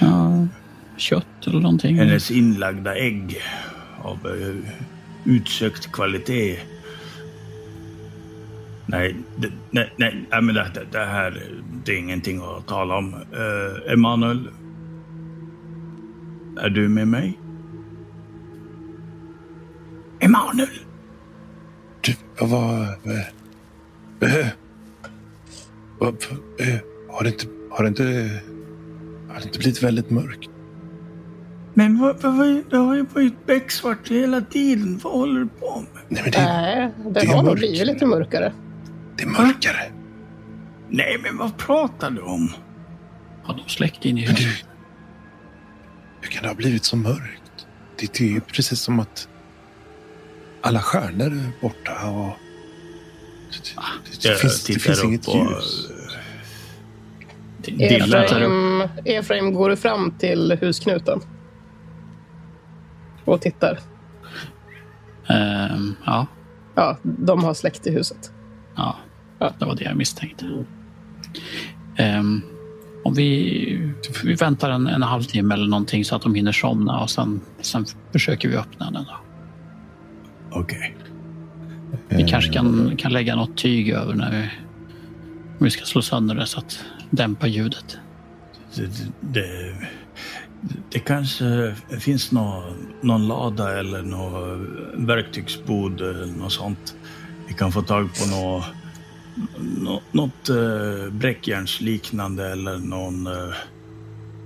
Speaker 4: Ja, kött eller någonting.
Speaker 1: Hennes inlagda ägg av eh, utsökt kvalitet. Nej, det, nej, nej, nej men det, det, det här det är ingenting att tala om. Eh, Emanuel, är du med mig? Emanuel!
Speaker 3: Du, jag var... Eh, eh, vad- eh, har det inte... Har det inte... Har det inte blivit väldigt mörkt?
Speaker 1: Men vad, vad, vad, det har ju varit becksvart hela tiden. Vad håller du på med?
Speaker 3: Nej, men det,
Speaker 2: Nej, det,
Speaker 3: är
Speaker 2: har nog
Speaker 3: mörkt.
Speaker 2: blivit lite mörkare.
Speaker 3: det är mörkare.
Speaker 1: Nej, men vad pratar du om?
Speaker 4: Har de släckt in i
Speaker 3: Men
Speaker 4: huset?
Speaker 3: du... Hur kan det ha blivit så mörkt? Det, det är ju precis som att alla stjärnor är borta och... Det, det, det,
Speaker 1: Jag
Speaker 3: finns, det
Speaker 1: tittar
Speaker 3: finns
Speaker 1: upp
Speaker 3: inget
Speaker 1: och-
Speaker 3: ljus.
Speaker 4: Delar där uppe.
Speaker 2: Efraim, Efraim går fram till husknuten. Och tittar.
Speaker 4: Ehm, ja,
Speaker 2: Ja, de har släkt i huset.
Speaker 4: ja,
Speaker 2: Ja.
Speaker 4: det var det jag misstänkte. Ehm, om vi, vi väntar en, en halvtimme eller någonting så att de hinner somna och sen, sen försöker vi öppna den. Då.
Speaker 1: Okej.
Speaker 4: Vi kanske kan, kan lägga något tyg över när vi, om vi ska slå sönder det så att dämpa ljudet.
Speaker 1: Det, det, det kanske finns nå, någon lada eller något verktygsbod eller något sånt. Vi kan få tag på något, något, något eh, bräckjärnsliknande eller någon eh,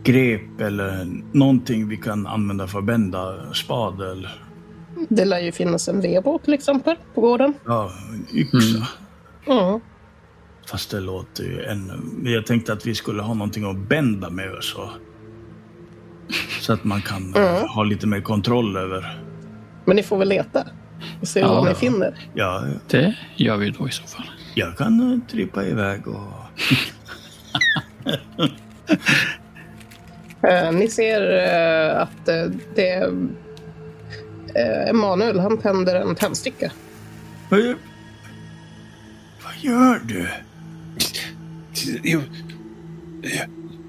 Speaker 1: grep eller någonting vi kan använda för att bända spadel.
Speaker 2: Det lär ju finnas en vedbåt till exempel på gården.
Speaker 1: Ja, yxa.
Speaker 4: Mm.
Speaker 2: Ja.
Speaker 1: Fast det låter ju ännu... men Jag tänkte att vi skulle ha någonting att bända med så. Så att man kan eh,
Speaker 2: Mm.
Speaker 1: ha lite mer kontroll över...
Speaker 2: Men ni får väl leta och se
Speaker 4: Ja.
Speaker 2: vad ni finner.
Speaker 1: Ja,
Speaker 4: Det gör vi då i så fall.
Speaker 1: jag kan eh, trippa iväg och...
Speaker 2: Eh, ni ser eh, att eh, det... eh, Emanuel, han tänder en tändsticka.
Speaker 1: Vad gör- vad gör du?
Speaker 3: Jag, jag,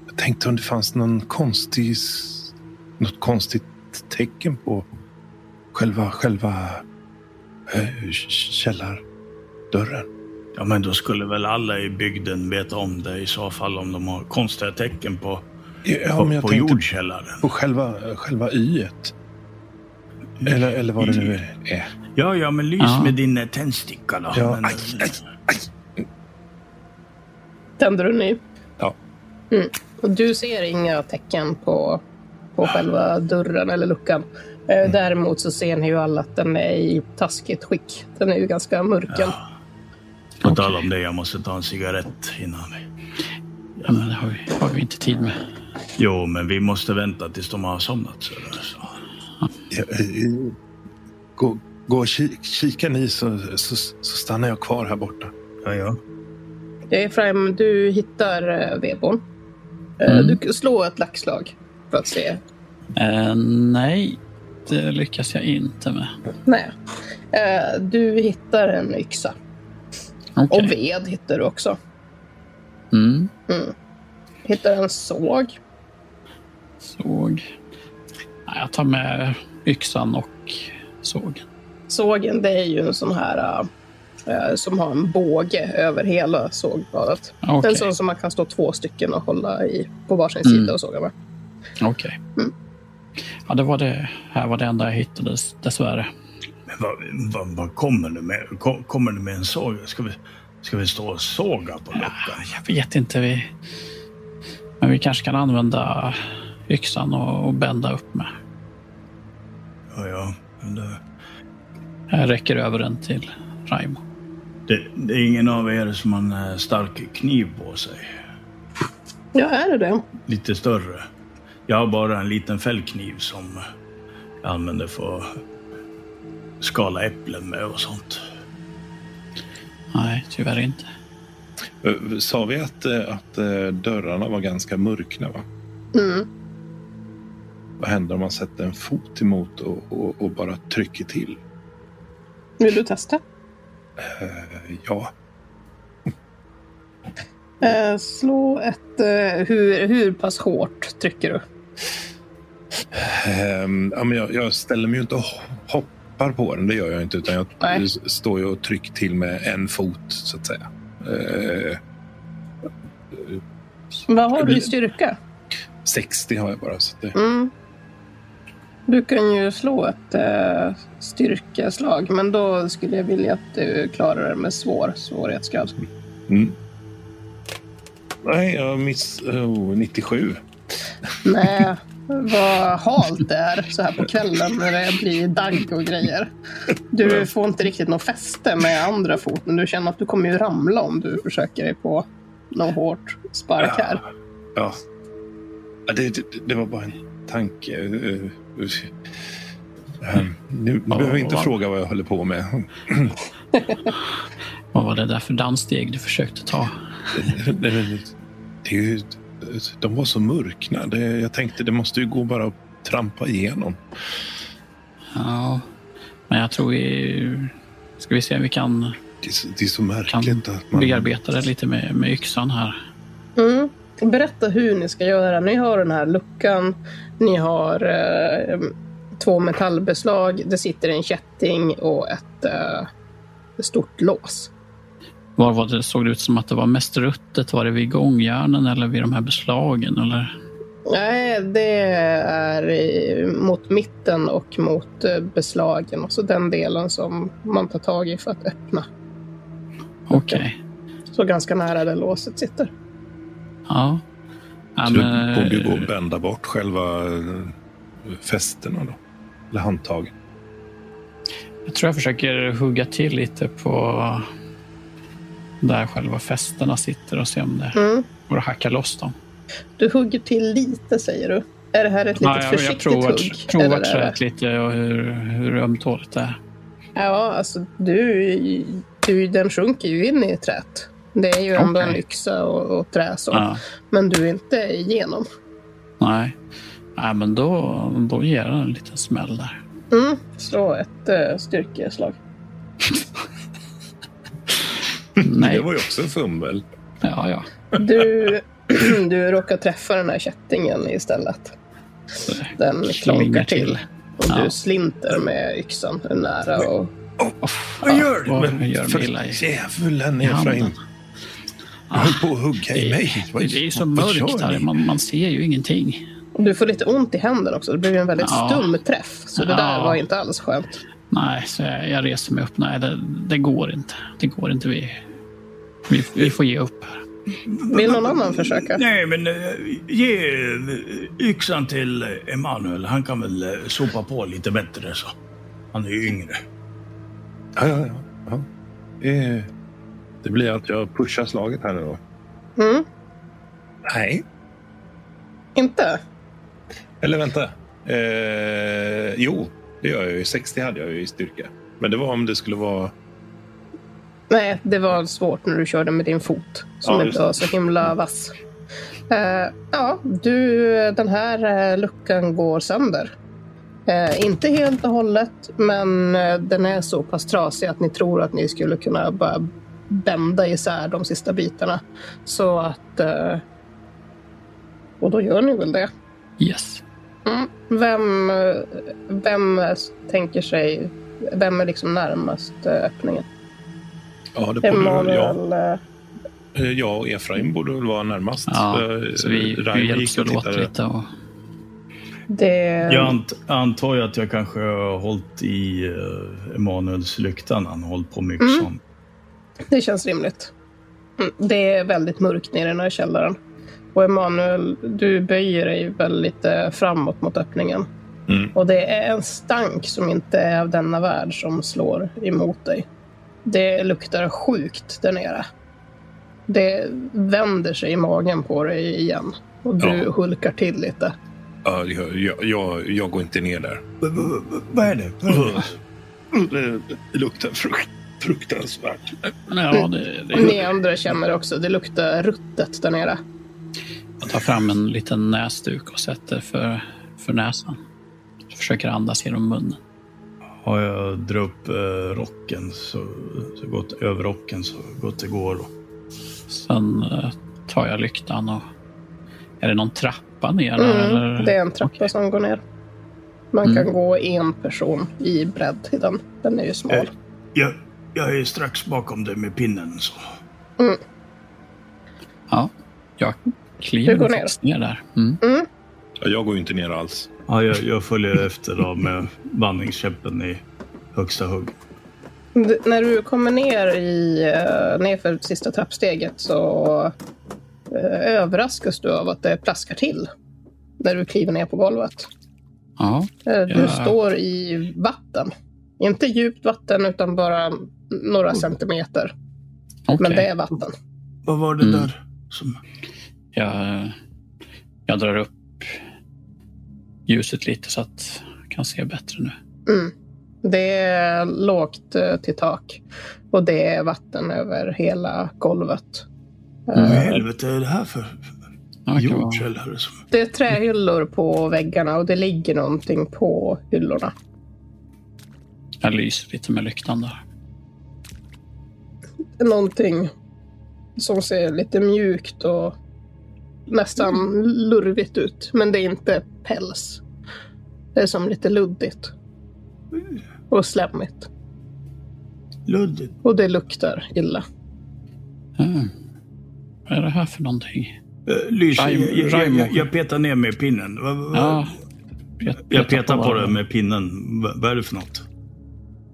Speaker 3: jag tänkte om det fanns någon konstig, s- något konstigt tecken på själva, själva eh, k- källardörren.
Speaker 1: Ja, men då skulle väl alla i bygden veta om det i så fall om de har konstiga tecken på,
Speaker 3: Ja, men
Speaker 1: på,
Speaker 3: jag
Speaker 1: på
Speaker 3: tänkte
Speaker 1: jordkällaren.
Speaker 3: på själva, själva y-et. Eller, eller vad det nu är.
Speaker 1: Ja, ja, men lys
Speaker 4: Ja.
Speaker 1: med din eh, tändsticka då.
Speaker 3: Ja,
Speaker 1: Men,
Speaker 3: aj, aj, aj.
Speaker 2: Tänder du ny?
Speaker 3: Ja.
Speaker 2: Mm. Och du ser inga tecken på, på själva dörren eller luckan. Eh,
Speaker 4: Mm.
Speaker 2: Däremot så ser ni ju alla att den är i taskigt skick. Den är ju ganska mörken.
Speaker 1: På tal om det, jag måste ta en cigarett innan.
Speaker 4: Ja, men det har vi, har vi inte tid med.
Speaker 1: Jo, men vi måste vänta tills de har somnat. Så, så.
Speaker 3: Ja, eh, Gå, gå och ki- kika ni så, så, så stannar jag kvar här borta.
Speaker 1: Ja, ja.
Speaker 2: Det är Efraim, du hittar eh, vedboden. Eh,
Speaker 4: Mm.
Speaker 2: Du kan slå ett laxlag för att se
Speaker 4: Eh, nej, det lyckas jag inte med.
Speaker 2: Nej. Eh, Du hittar en yxa.
Speaker 4: Okej.
Speaker 2: Och ved hittar du också.
Speaker 4: Mm,
Speaker 2: Hittar en såg.
Speaker 4: såg. Nej, jag tar med yxan och sågen.
Speaker 2: Sågen, det är ju en sån här eh, som har en båge över hela sågbladet.
Speaker 4: Okej,
Speaker 2: En sån som man kan stå två stycken och hålla i på varsin
Speaker 4: Mm.
Speaker 2: sida och såga med.
Speaker 4: okej. Ja, det var det. Här var det enda jag hittade dess- dessvärre.
Speaker 1: Men vad, vad, vad kommer du med? Ko- Kommer du med en såg? Ska vi, ska vi stå och såga på luckan?
Speaker 4: Jag vet inte. Vi... Men vi kanske kan använda yxan och, och bända upp med.
Speaker 1: Ja, ja. Men det,
Speaker 4: Jag räcker över den till Raimo.
Speaker 1: det, det är ingen av er som har en eh, stark kniv på sig.
Speaker 2: Ja, är det det?
Speaker 1: Lite större. Jag har bara en liten fällkniv som jag använder för att skala äpplen med och sånt.
Speaker 4: Nej, tyvärr inte.
Speaker 3: Eh, Sa vi att, eh, att eh, dörrarna var ganska mörkna? Va?
Speaker 2: Mm.
Speaker 3: Vad händer om man sätter en fot emot och, och, och bara trycker till?
Speaker 2: Vill du testa?
Speaker 3: Eh, ja,
Speaker 2: Eh, slå ett... Eh, hur, hur pass hårt trycker du?
Speaker 3: Ehm, ja men jag, jag ställer mig ju inte och hoppar på den, det gör jag inte. Utan jag
Speaker 2: Nej.
Speaker 3: s- står ju och trycker till med en fot, så att säga. Eh,
Speaker 2: Vad har du i styrka?
Speaker 3: 60 har jag bara. Så att det,
Speaker 2: Mm. Du kan ju slå ett eh, styrkeslag, men då skulle jag vilja att du klarar det med svår svårighetsgrad.
Speaker 3: mm. Nej, jag miss... Oh, 97.
Speaker 2: Nej, vad halt det är så här på kvällen när det blir dagg och grejer. Du får inte riktigt något fäste med andra foten. Du känner att du kommer ju ramla om du försöker dig på något hårt spark här.
Speaker 3: Ja. ja det, det, det var bara en tanke. Eh, eh, Nu, nu behöver vi inte
Speaker 4: Ja.
Speaker 3: fråga vad jag håller på
Speaker 4: *laughs*
Speaker 3: med.
Speaker 4: Vad var det där för danssteg du försökte ta?
Speaker 3: Nej, men det- det är ju, de var så mörkna. Det, jag tänkte det måste ju gå bara att trampa igenom.
Speaker 4: Ja, men jag tror vi... Ska vi se om vi kan,
Speaker 3: Det är så, det är så
Speaker 4: kan
Speaker 3: märkligt att man...
Speaker 4: bearbeta det lite med, med yxan här.
Speaker 2: Mm. Berätta hur ni ska göra. Ni har den här luckan. Ni har eh, två metallbeslag. Det sitter en kätting och ett eh, stort lås.
Speaker 4: Var var det, såg det ut som att det var mest ruttet? Var det vid gångjärnen eller vid de här beslagen? Eller?
Speaker 2: Nej, det är i, mot mitten och mot eh, beslagen. Och så den delen som man tar tag i för att öppna.
Speaker 4: Okej.
Speaker 2: Så ganska nära där låset sitter.
Speaker 4: Ja. ja
Speaker 3: Så
Speaker 4: eh,
Speaker 3: det borde ju gå
Speaker 4: men,
Speaker 3: att bända bort själva eh, fästena då. Eller handtagen.
Speaker 4: jag tror jag försöker hugga till lite på där själva fästena sitter och se om det
Speaker 2: Mm.
Speaker 4: går att hacka loss dem.
Speaker 2: Du hugger till lite, säger du. Är det här ett litet
Speaker 4: Ja, jag, jag
Speaker 2: försiktigt hugg?
Speaker 4: provar,
Speaker 2: eller
Speaker 4: provar
Speaker 2: är det-
Speaker 4: träet lite och hur, hur ömtåligt det är.
Speaker 2: Ja, alltså du, du, den sjunker ju in i träet. Det är ju ändå en
Speaker 4: Okej.
Speaker 2: yxa och, och trä så.
Speaker 4: Ja,
Speaker 2: Men du är inte igenom.
Speaker 4: nej. nej, men då, då ger den en liten smäll där.
Speaker 2: Mm. Slå ett eh, styrkeslag.
Speaker 4: Nej,
Speaker 2: Mm.
Speaker 5: Det var ju också en fummel.
Speaker 4: ja, ja.
Speaker 2: Du, *clears throat* du råkar träffa den här kättingen istället. Den klonkar
Speaker 4: Slingar
Speaker 2: till.
Speaker 4: till.
Speaker 2: Och
Speaker 4: Ja.
Speaker 2: du slinter med yxan hur nära. Och,
Speaker 3: Vad gör du?
Speaker 4: Ja,
Speaker 3: Men
Speaker 4: vad gör mig
Speaker 3: för
Speaker 4: illa i-
Speaker 3: djävulen
Speaker 4: i handen? Ah,
Speaker 3: Efraim. Du höll på att hugga i
Speaker 4: Det-
Speaker 3: mig.
Speaker 4: Det
Speaker 3: Vad-
Speaker 4: är ju så
Speaker 3: vad
Speaker 4: mörkt
Speaker 3: gör
Speaker 4: här.
Speaker 3: ni?
Speaker 4: Man, man ser ju ingenting.
Speaker 2: och du får lite ont i händerna också. Det blev ju en väldigt
Speaker 4: Ja.
Speaker 2: stum träff. Så det där
Speaker 4: Ja.
Speaker 2: var inte alls skönt.
Speaker 4: Nej, så jag, jag reser mig upp. Nej, det, det går inte. Det går inte. Vi, vi, vi får ge upp. här.
Speaker 2: Vill någon annan försöka?
Speaker 1: Nej, men eh, ge eh, yxan till eh, Emanuel. Han kan väl eh, sopa på lite bättre så. Han är ju yngre.
Speaker 5: Ja, ja, ja. ja. Eh, Det blir att jag pushar slaget här nu då.
Speaker 2: Mm.
Speaker 5: Nej.
Speaker 2: Inte?
Speaker 5: Eller vänta. Eh, jo, det gör jag ju. 60 hade jag ju i styrka. Men det var om det skulle vara...
Speaker 2: Nej, det var svårt när du körde med din fot som
Speaker 5: Ja, just
Speaker 2: inte
Speaker 5: det.
Speaker 2: var så himla vass. Eh, ja, du, den här eh, luckan går sönder. Eh, inte helt och hållet, men eh, den är så pass trasig att ni tror att ni skulle kunna bara bända isär de sista bitarna. Så att... eh, och då gör ni väl det.
Speaker 4: Yes.
Speaker 2: Mm. Vem, eh, vem eh, tänker sig... Vem är liksom närmast eh, öppningen?
Speaker 5: Ja, det borde väl jag.
Speaker 2: Emanuel... eh,
Speaker 5: Eh, Jag och Efraim borde väl vara närmast.
Speaker 4: Ja,
Speaker 5: Eh,
Speaker 4: så vi, vi
Speaker 5: Rainer gick
Speaker 4: hjälps
Speaker 5: och
Speaker 4: väl åt
Speaker 5: tittade.
Speaker 4: lite. Och,
Speaker 2: Det...
Speaker 1: Jag ant- antar ju att jag kanske har hållit i eh, Emanuels lykta när han har hållit på med yxan.
Speaker 5: Mm.
Speaker 2: Det känns rimligt. Mm, Det är väldigt mörkt nere i den här källaren. Och Emanuel, du böjer dig väl lite framåt mot öppningen.
Speaker 5: Mm.
Speaker 2: Och det är en stank som inte är av denna värld som slår emot dig. Det luktar sjukt där nere. Det vänder sig i magen på dig igen. Och du
Speaker 5: Ja.
Speaker 2: hulkar till lite.
Speaker 5: Ja, jag, jag, jag, jag går inte ner där.
Speaker 1: V- v- v- Vad är det? Vad är det?
Speaker 5: Det luktar frukt, fruktansvärt.
Speaker 4: ja, det,
Speaker 2: Mm. Och ni
Speaker 4: det,
Speaker 2: andra känner också, det luktar ruttet där nere.
Speaker 4: jag tar fram en liten näsduk och sätter för, för näsan. Så försöker andas genom munnen.
Speaker 1: Har jag dragit upp eh, rocken så, så gott, överrocken så gott det går. Då.
Speaker 4: Sen eh, tar jag lyktan och... Är det någon trappa ner? eller?
Speaker 2: Mm, det är en trappa
Speaker 4: Okej.
Speaker 2: som går ner. Man
Speaker 4: Mm.
Speaker 2: kan gå en person i bredd i den. Den är ju smal.
Speaker 1: Eh. Jag, jag är strax bakom dig med pinnen. Så.
Speaker 4: Ja, jag
Speaker 2: Du går ner.
Speaker 4: kliver faktiskt ner där. Mm.
Speaker 5: Ja, jag går ju inte ner alls.
Speaker 1: Ja, jag, jag följer efter då med vandringskäppen i högsta hugg.
Speaker 2: D- När du kommer ner i eh, nerför sista trappsteget så eh, överraskas du av att det plaskar till när du kliver ner på golvet.
Speaker 4: Ja,
Speaker 2: Eh, Du
Speaker 4: Ja.
Speaker 2: står i vatten. Inte djupt vatten utan bara några centimeter.
Speaker 4: okej.
Speaker 2: Men det är vatten.
Speaker 1: Vad var det
Speaker 4: Mm.
Speaker 1: där? Som,
Speaker 4: Jag, jag drar upp ljuset lite så att jag kan se bättre nu.
Speaker 2: Mm. Det är lågt eh, till tak och det är vatten över hela golvet. Eh,
Speaker 1: vad i helvete är det här för
Speaker 4: Mm. Ja, det kan vara-
Speaker 1: jordkällare? Som,
Speaker 2: Det är trähyllor på väggarna och det ligger någonting på hyllorna.
Speaker 4: Jag lyser lite med lyktan där.
Speaker 2: Någonting som ser lite mjukt och nästan lurvigt ut. Men det är inte päls. Det är som lite luddigt. Och slemmigt.
Speaker 1: luddigt.
Speaker 2: Och det luktar illa.
Speaker 4: Mm. Vad är det här för någonting?
Speaker 1: Eh, Lys, jag,
Speaker 4: Raim-
Speaker 1: jag,
Speaker 4: Raimo.
Speaker 1: jag, jag petar ner med pinnen. Va- va-
Speaker 4: Ja, pet-
Speaker 1: jag petar på
Speaker 4: varandra.
Speaker 1: det med pinnen. Va- Vad är det för något?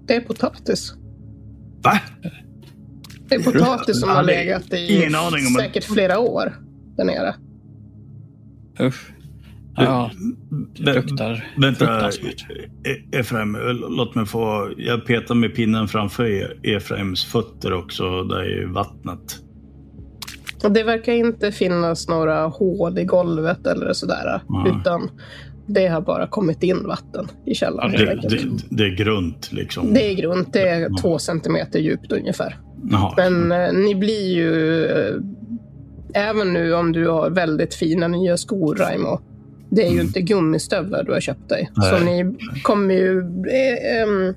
Speaker 2: Det är potatis.
Speaker 1: Va?
Speaker 2: Det är potatis som
Speaker 1: Ja,
Speaker 2: har
Speaker 1: det-
Speaker 2: legat i
Speaker 1: ingen aning om-
Speaker 2: säkert flera år där nere.
Speaker 4: Usch. Ja, det
Speaker 1: Vä-
Speaker 4: luktar
Speaker 1: Vänta,
Speaker 4: fruktansvärt.
Speaker 1: E- Efraim, låt mig få... Jag petar med pinnen framför E- Efraims fötter också, där i vattnet.
Speaker 2: Och Det verkar inte finnas några hål i golvet eller sådär.
Speaker 1: Nej.
Speaker 2: Utan det har bara kommit in vatten i källaren.
Speaker 4: Ja,
Speaker 2: helt
Speaker 1: Det,
Speaker 2: enkelt.
Speaker 1: det, det är grunt liksom.
Speaker 2: det är grunt. Det är
Speaker 1: Ja.
Speaker 2: två centimeter djupt ungefär.
Speaker 1: Jaha.
Speaker 2: Men eh, ni blir ju... Eh, även nu om du har väldigt fina nya skor, Raimo. Det är ju inte gummistövlar du har köpt dig. Så
Speaker 1: Mm. Nej.
Speaker 2: ni kommer ju... Eh, ehm,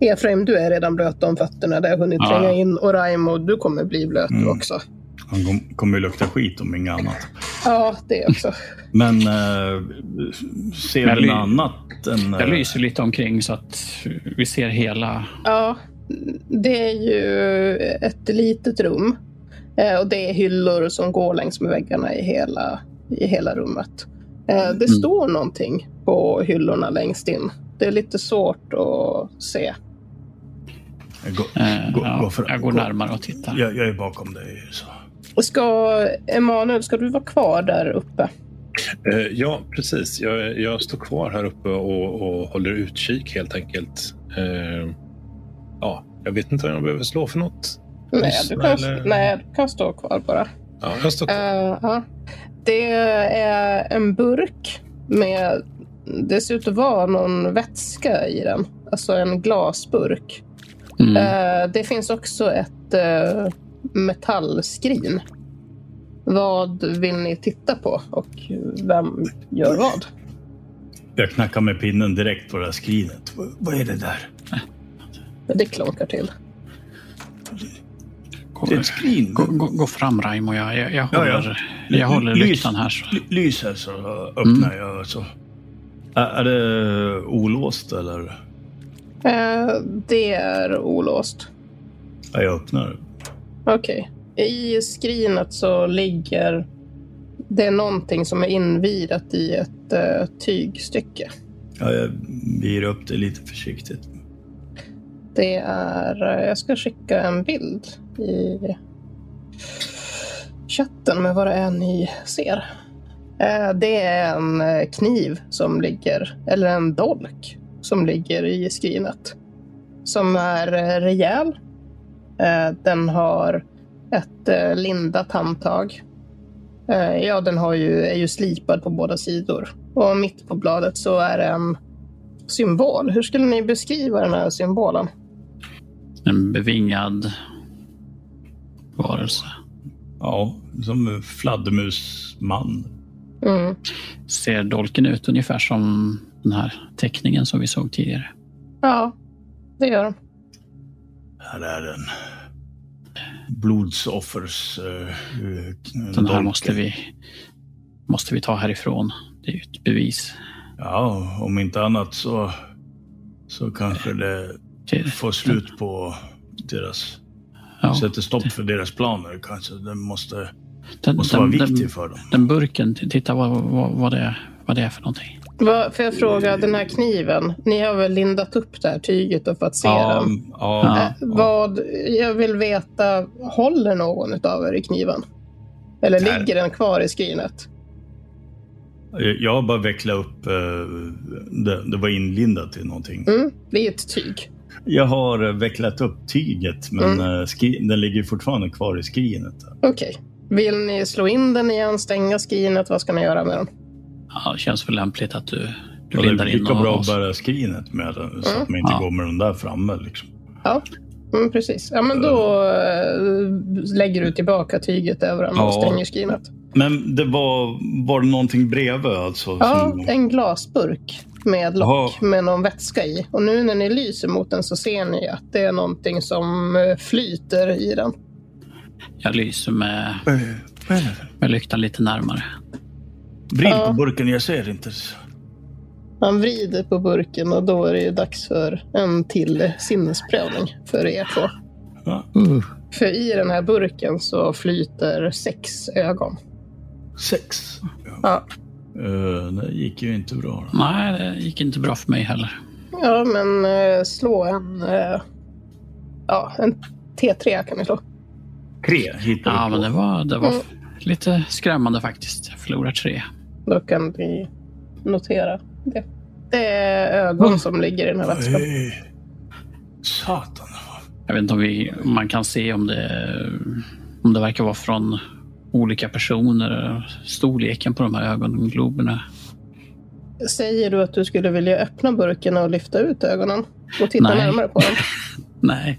Speaker 2: Efraim, du är redan blöt om fötterna. Det har hunnit
Speaker 1: Ja.
Speaker 2: tränga in. Och Raimo, du kommer bli blöt du
Speaker 1: Mm.
Speaker 2: också.
Speaker 1: Han kom- kommer ju lukta skit om inget annat.
Speaker 2: Ja, det också.
Speaker 1: Men eh, ser
Speaker 4: Jag
Speaker 1: du
Speaker 4: ly-
Speaker 1: något annat än... eh,
Speaker 4: Jag lyser lite omkring så att vi ser hela...
Speaker 2: Ja, det är ju ett litet rum. Eh, Och det är hyllor som går längs med väggarna i hela, i hela rummet. Eh, Det står någonting på hyllorna längst in. Det är lite svårt att se.
Speaker 1: jag går,
Speaker 4: Eh,
Speaker 1: går,
Speaker 4: ja,
Speaker 1: går för,
Speaker 4: jag går närmare och tittar.
Speaker 1: Jag, jag är bakom dig. Så.
Speaker 2: Ska, Emanuel, ska du vara kvar där uppe?
Speaker 5: Eh, ja, precis. Jag, jag står kvar här uppe och, och håller utkik helt enkelt. Eh, ja, jag vet inte om jag behöver slå för något.
Speaker 2: Nej,
Speaker 5: Lyssna,
Speaker 2: du kan,
Speaker 5: eller?
Speaker 2: nej, du kan stå kvar bara.
Speaker 5: Ja, jag står kvar.
Speaker 2: Eh, ja. Det är en burk med... Det ser ut att vara någon vätska i den. Alltså en glasburk.
Speaker 4: Mm.
Speaker 2: Eh, det finns också ett eh, metallskrin. Vad vill ni titta på och vem gör vad?
Speaker 1: Jag knackar med pinnen direkt på det här skrinet. V- vad är det där?
Speaker 2: Det klonkar till.
Speaker 4: Gå,
Speaker 1: Det är ett skrin.
Speaker 4: gå, gå, gå fram Raimo, jag, jag, jag
Speaker 1: Ja,
Speaker 4: håller,
Speaker 1: ja.
Speaker 4: Jag håller
Speaker 1: Lys.
Speaker 4: lyktan här. Så.
Speaker 1: L- lys här så öppnar
Speaker 4: Mm.
Speaker 1: jag. Så. Är, är det olåst eller?
Speaker 2: Eh, det är olåst.
Speaker 1: Ja, jag öppnar.
Speaker 2: Okej. I skrinet så ligger... Det är någonting som är invirat i ett eh, tygstycke.
Speaker 1: Ja, jag virar upp det lite försiktigt.
Speaker 2: Det är... eh, Jag ska skicka en bild i chatten med vad det är ni ser. Eh, Det är en eh, kniv som ligger, eller en dolk som ligger i skrinet. Som är eh, rejäl. Eh, Den har ett eh, lindat handtag. Eh, Ja, den har ju, är ju slipad på båda sidor. Och mitt på bladet så är det en symbol. Hur skulle ni beskriva den här symbolen?
Speaker 4: En bevingad varelse.
Speaker 1: Ja, som en fladdermusman.
Speaker 2: Mm.
Speaker 4: Ser dolken ut ungefär som den här teckningen som vi såg tidigare?
Speaker 2: Ja, det gör den.
Speaker 1: Här är den. Blodsoffers... eh, eh,
Speaker 4: Den här
Speaker 1: dolk.
Speaker 4: måste vi, måste vi ta härifrån. Det är ju ett bevis.
Speaker 1: Ja, om inte annat så, så kanske det
Speaker 4: till-
Speaker 1: får slut på deras...
Speaker 4: Ja,
Speaker 1: Sätter stopp för deras planer kanske. Den måste,
Speaker 4: den,
Speaker 1: måste vara
Speaker 4: den, den,
Speaker 1: viktig för dem.
Speaker 4: den burken, t- titta vad, vad, vad, det, är- vad det är för någonting.
Speaker 2: Va, får jag fråga, den här kniven. Ni har väl lindat upp det här tyget då för att se
Speaker 1: Ja,
Speaker 2: den?
Speaker 1: ja,
Speaker 2: Eh, Vad, jag vill veta, håller någon av er i kniven? Eller
Speaker 5: Nej.
Speaker 2: ligger den kvar i skrinet?
Speaker 1: jag har bara vecklat upp... eh, Det, det var inlindat i någonting.
Speaker 2: Mm, det är ett tyg.
Speaker 1: Jag har eh, vecklat upp tyget, men eh, skri- den ligger fortfarande kvar i skrinet. där.
Speaker 2: Okej. Vill ni slå in den igen, stänga skrinet? Vad ska ni göra med den?
Speaker 4: Ja, det känns väl lämpligt att du, du
Speaker 1: Ja, Det är
Speaker 4: lindar in
Speaker 1: lika
Speaker 4: och,
Speaker 1: bra
Speaker 4: och
Speaker 1: att bära skrinet med den, så att man inte
Speaker 4: Ja.
Speaker 1: går med den där framme. Liksom.
Speaker 2: Mm, precis. Ja, men då eh, lägger du tillbaka tyget över den och
Speaker 1: Ja.
Speaker 2: stänger skrinet.
Speaker 1: Men det var, var det någonting bredvid alltså?
Speaker 2: Ja,
Speaker 1: som-
Speaker 2: en glasburk med lock
Speaker 1: Jaha.
Speaker 2: med någon vätska i. Och nu när ni lyser mot den så ser ni att det är någonting som eh, flyter i den.
Speaker 4: jag lyser med,
Speaker 1: Eh, vad är det?
Speaker 4: med lyktan lite närmare.
Speaker 1: Vrid
Speaker 2: Ja.
Speaker 1: på burken, jag ser inte.
Speaker 2: Han vrider på burken och då är det ju dags för en till sinnesprövning för er två.
Speaker 1: Ja.
Speaker 2: För i den här burken så flyter sex ögon.
Speaker 1: Sex.
Speaker 2: Ja,
Speaker 1: Eh, det gick ju inte bra. Då.
Speaker 4: Nej, det gick inte bra för mig heller.
Speaker 2: ja men eh, slå en... eh, Ja, en T3 kan ni slå.
Speaker 1: Tre hittade
Speaker 4: Ja,
Speaker 1: du
Speaker 4: men
Speaker 1: på.
Speaker 4: det var, det var
Speaker 2: Mm.
Speaker 4: lite skrämmande faktiskt. Jag förlorar tre.
Speaker 2: Då kan vi notera det. Det är ögon som ligger i den här vätskan.
Speaker 1: Eh, Satan.
Speaker 4: Jag vet inte om, vi, om man kan se om det, om det verkar vara från olika personer. Storleken på de här ögongloberna.
Speaker 2: Säger du att du skulle vilja öppna burken och lyfta ut ögonen och titta
Speaker 4: Nej.
Speaker 2: närmare på dem?
Speaker 4: Nej,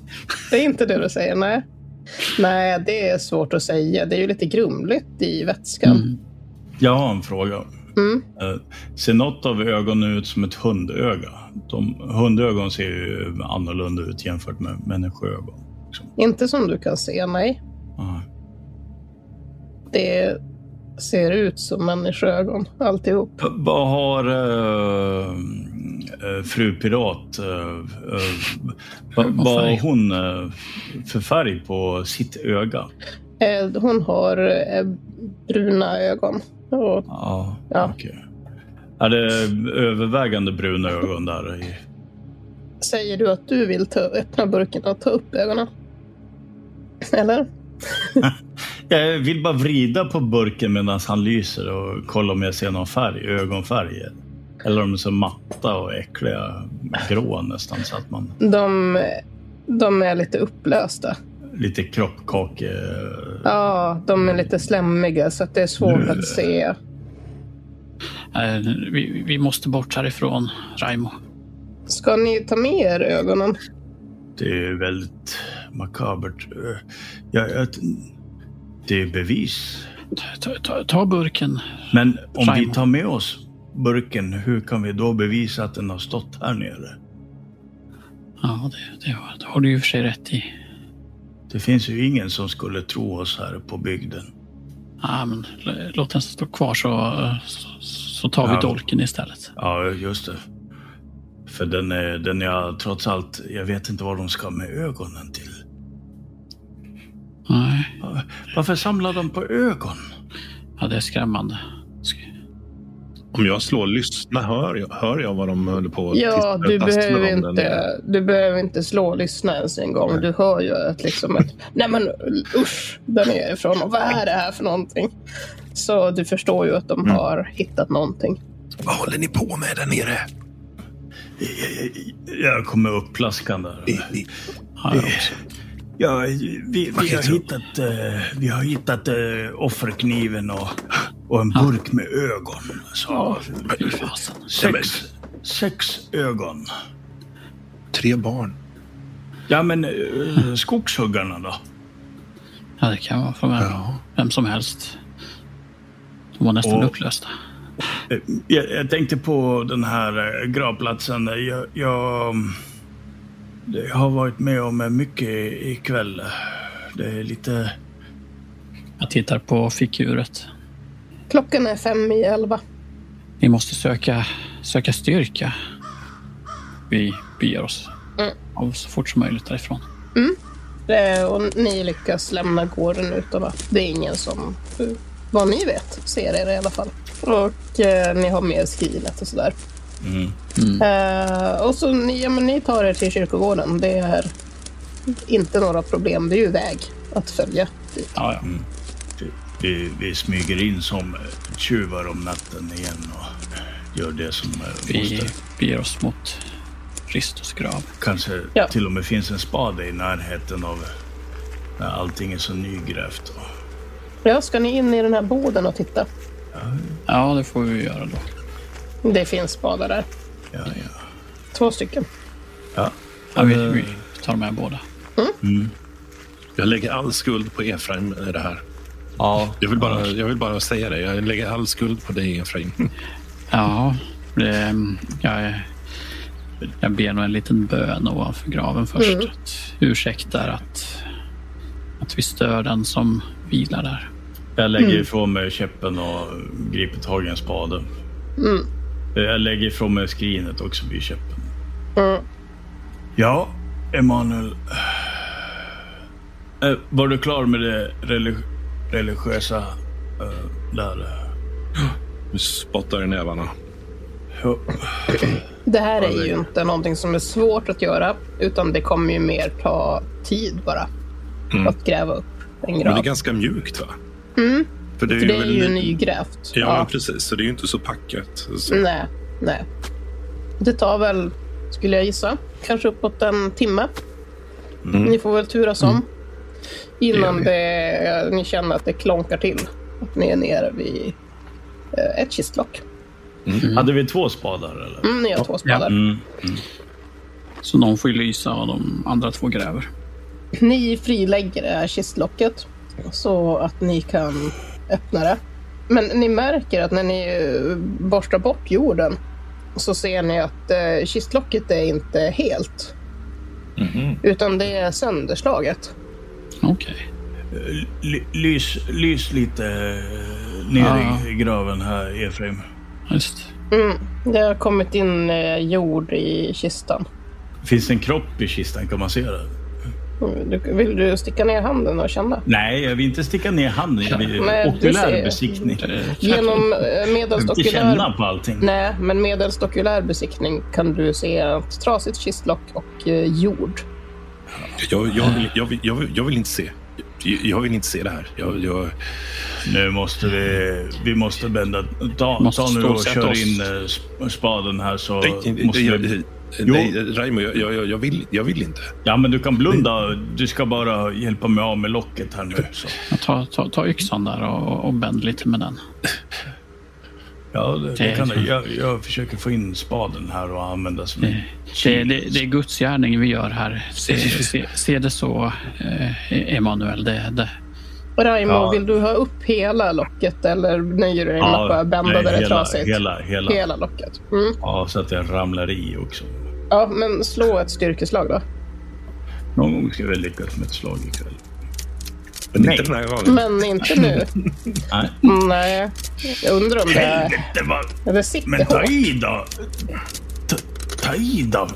Speaker 2: Det är inte det du säger, nej. Nej, det är svårt att säga. Det är ju lite grumligt i vätskan.
Speaker 4: Mm.
Speaker 1: Jag har en fråga.
Speaker 2: Mm.
Speaker 1: Eh, Ser något av ögonen ut som ett hundöga? De, hundögon ser ju annorlunda ut jämfört med människoögon.
Speaker 2: Inte som du kan se, nej.
Speaker 1: Ah.
Speaker 2: Det ser ut som människoögon, alltihop.
Speaker 1: P- Vad har eh, eh, fru Pirat, eh, eh, vad,
Speaker 4: Vad
Speaker 1: vad har
Speaker 4: färg?
Speaker 1: hon eh, för färg på sitt öga?
Speaker 2: Eh, Hon har eh, bruna ögon. Och,
Speaker 1: Ja,
Speaker 2: Ja.
Speaker 1: okej. Är det övervägande bruna ögon där? I,
Speaker 2: säger du att du vill ta, öppna burken och ta upp ögonen? Eller?
Speaker 1: Jag vill bara vrida på burken medan han lyser och kolla om jag ser någon färg, ögonfärger. Eller om de är så matta och äckliga, grå nästan så att man
Speaker 2: De, de är lite upplösta.
Speaker 1: lite kroppkake... eh,
Speaker 2: Ja, de är lite slemmiga så att det är svårt att se.
Speaker 4: Eh, Vi, vi måste bort härifrån, Raimo.
Speaker 2: Ska ni ta med er ögonen?
Speaker 1: Det är väldigt makabert. Jag, jag, det är bevis.
Speaker 4: Ta, ta, ta burken.
Speaker 1: Men om vi
Speaker 4: Simon.
Speaker 1: tar med oss burken, hur kan vi då bevisa att den har stått här nere?
Speaker 4: Ja, det, det, har- det har du i och för sig rätt i.
Speaker 1: Det finns ju ingen som skulle tro oss här på bygden.
Speaker 4: Ja, men, l- låt den stå kvar så, så, så tar vi
Speaker 1: Ja.
Speaker 4: dolken istället.
Speaker 1: Ja, just det. För den är, den är trots allt, jag vet inte vad de ska med ögonen till.
Speaker 4: Nej,
Speaker 1: Varför samlar de på ögon?
Speaker 4: ja, det är skrämmande. Sk-
Speaker 5: Om jag slår lyssna, hör jag, hör jag vad de håller på att titta
Speaker 2: Ja,
Speaker 5: och
Speaker 2: du
Speaker 5: tassla om
Speaker 2: behöver,
Speaker 5: där nere?
Speaker 2: inte, du behöver inte slå och lyssna ens en gång. Du hör ju att liksom ett, nej men usch, där nerifrån. Och vad är det här för någonting? Så du förstår ju att de
Speaker 5: Mm.
Speaker 2: har hittat någonting.
Speaker 3: Vad håller ni på med där nere?
Speaker 1: Jag kommer upplaskande.
Speaker 3: Ni, ni,
Speaker 4: Ja, jag också.
Speaker 1: Ja, vi, vi, har hittat, eh, vi har hittat eh, offerkniven och, och en burk med ögon. Så,
Speaker 4: Fy fasen.
Speaker 1: sex, sex ögon.
Speaker 3: tre barn.
Speaker 1: Ja, men eh, skogshuggarna då?
Speaker 4: Ja, det kan vara för vem, vem som helst. De var nästan
Speaker 1: Och-
Speaker 4: upplösta.
Speaker 1: Eh, Jag, jag tänkte på den här eh, gravplatsen. Jag, jag, jag har varit med om eh, mycket ikväll. Det är lite...
Speaker 4: Jag tittar på fickuret.
Speaker 2: Klockan är fem i elva.
Speaker 4: Vi måste söka, söka styrka. Vi beger oss av så fort som möjligt därifrån.
Speaker 2: Eh, Och ni lyckas lämna gården utan att det är ingen som, eh, vad ni vet, ser er i alla fall. Och eh, ni har med er skrinet och sådär. Mm. Eh, och så ni, ja, men ni tar er till kyrkogården. Det är inte några problem. Det är ju väg att följa. dit.
Speaker 4: Ja, ja.
Speaker 1: Mm, Vi, vi smyger in som eh, tjuvar om natten igen och gör det som eh,
Speaker 4: Vi
Speaker 1: måste.
Speaker 4: beger oss mot Ristos grav.
Speaker 1: Kanske
Speaker 2: Ja.
Speaker 1: till och med finns en spade i närheten av när allting är så nygrävt. och-
Speaker 2: Ja, ska ni in i den här boden och titta?
Speaker 4: Ja, det får vi göra då.
Speaker 2: Det finns spadar där.
Speaker 1: Ja, ja.
Speaker 2: Två stycken.
Speaker 1: Ja.
Speaker 4: Ja, vi, vi tar med båda.
Speaker 5: Jag lägger all skuld på Efraim i det här.
Speaker 1: ja.
Speaker 5: Jag vill, bara, jag vill bara säga det. Jag lägger all skuld på dig, Efraim.
Speaker 4: Ja, det, jag, är- jag ber nog en liten bön ovanför graven först. Att ursäktar att, att vi stör den som vilar där.
Speaker 1: Jag lägger ifrån mig käppen och griper tag i en spade. Jag lägger ifrån mig skrinet också vid käppen.
Speaker 2: Mm.
Speaker 1: Ja, Emanuel. Eh, Var du klar med det relig- religiösa eh, där?
Speaker 5: Du spottar i nävarna.
Speaker 1: Ja.
Speaker 2: Det här är ju inte någonting som är svårt att göra, utan det kommer ju mer ta tid bara. Att gräva upp en
Speaker 5: Men det är
Speaker 2: grav.
Speaker 5: ganska mjukt, va? För det är,
Speaker 2: För det är
Speaker 5: väl
Speaker 2: ju
Speaker 5: ny-
Speaker 2: nygrävt.
Speaker 5: Ja, Men precis. Så det är ju inte så packat. Så.
Speaker 2: Nej, nej. Det tar väl, skulle jag gissa, kanske uppåt en timme.
Speaker 5: Mm.
Speaker 2: Ni får väl turas om. Innan det, ni känner att det klonkar till. Att ni är nere vid eh, ett kistlock.
Speaker 1: Hade vi två spadar eller?
Speaker 2: Mm, ni har två spadar.
Speaker 4: Så någon får ju lysa och de andra två gräver.
Speaker 2: Ni frilägger det här kistlocket så att ni kan öppna det. Men ni märker att när ni eh, borstar bort jorden så ser ni att eh, kistlocket är inte helt.
Speaker 1: Mhm.
Speaker 2: Utan det är sönderslaget.
Speaker 4: Okej.
Speaker 1: L- lys, lys lite eh, ner
Speaker 4: Ja.
Speaker 1: i graven här, Efraim.
Speaker 4: Just.
Speaker 2: Mm. Det har kommit in eh, jord i kistan.
Speaker 1: Finns det en kropp i kistan? Kan man se det?
Speaker 2: Mm, Du, vill du sticka ner handen och känna?
Speaker 1: Nej, jag vill inte sticka ner handen. Jag vill
Speaker 2: Nej, du
Speaker 1: okulär
Speaker 2: ser.
Speaker 1: besiktning. Jag
Speaker 2: Genom eh, medelst
Speaker 1: vill inte
Speaker 2: okulär...
Speaker 1: känna på allting.
Speaker 2: Nej, men medelst okulär besiktning kan du se ett trasigt kistlock och eh, jord.
Speaker 3: Jag, jag, vill, jag, vill, jag, vill, jag vill inte se. Jag, jag vill inte se det här. Jag, jag,
Speaker 1: Nu måste vi, vi måste vända. Ta,
Speaker 4: Måste
Speaker 1: ta nu och
Speaker 3: stålsätta
Speaker 1: kör
Speaker 3: oss.
Speaker 1: in eh, sp- spaden här så
Speaker 3: nej, nej,
Speaker 1: måste
Speaker 3: nej,
Speaker 1: vi...
Speaker 3: nej, nej, Raimo, jag, jag, jag, vill, jag vill inte.
Speaker 1: Ja, men du kan blunda. Du ska bara hjälpa mig av med locket här nu. Så.
Speaker 4: Ta, ta, ta yxan där och, och bänd lite med den.
Speaker 1: Ja, det, det
Speaker 4: Det-
Speaker 1: kan jag, jag, jag försöker få in spaden här och använda som
Speaker 4: Mm.
Speaker 1: en
Speaker 4: Det, det, det är Guds gärning vi gör här. Se, se, se det så, eh, Emanuel. Det, det.
Speaker 2: Raimo,
Speaker 1: Ja.
Speaker 2: vill du ha upp hela locket eller nöjer du dig med att bara bända
Speaker 1: nej,
Speaker 2: där det är
Speaker 1: hela,
Speaker 2: trasigt?
Speaker 1: Hela, hela,
Speaker 2: Hela locket. Mm.
Speaker 1: Ja, så att jag ramlar i också.
Speaker 2: Ja, men slå ett styrkeslag då.
Speaker 1: Någon gång ska jag lyckas med ett slag ikväll.
Speaker 3: Men
Speaker 1: Nej.
Speaker 3: inte den här gången.
Speaker 2: Men
Speaker 1: *laughs*
Speaker 2: inte nu.
Speaker 1: Nej.
Speaker 2: Nej, jag undrar om det...
Speaker 1: Helvete vad...
Speaker 2: Det sitter
Speaker 1: Men ta
Speaker 2: hårt.
Speaker 1: i då! Ta, ta i då!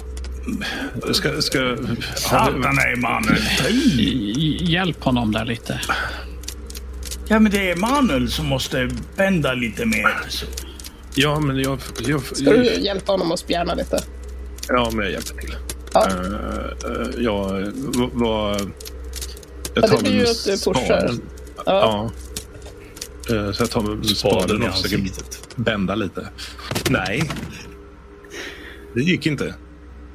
Speaker 3: Ska, ska, har vi-
Speaker 1: Satan Emanuel, ta i!
Speaker 4: Hj- Hjälp honom där lite.
Speaker 1: Ja, men det är Emanuel som måste bända lite mer. Så.
Speaker 3: ja, men jag... jag,
Speaker 2: Ska du hjälpa honom att spjärna lite?
Speaker 3: Ja, men jag hjälper till.
Speaker 2: Ja.
Speaker 3: Eh, eh, ja, vad... vad-
Speaker 2: Ja,
Speaker 3: jag
Speaker 2: det blir ju
Speaker 3: väl
Speaker 2: att du pushar.
Speaker 3: spaden.
Speaker 2: Ja.
Speaker 3: Ja. Eh, Så jag tar med spaden och försöker bända lite. Nej. Det gick inte.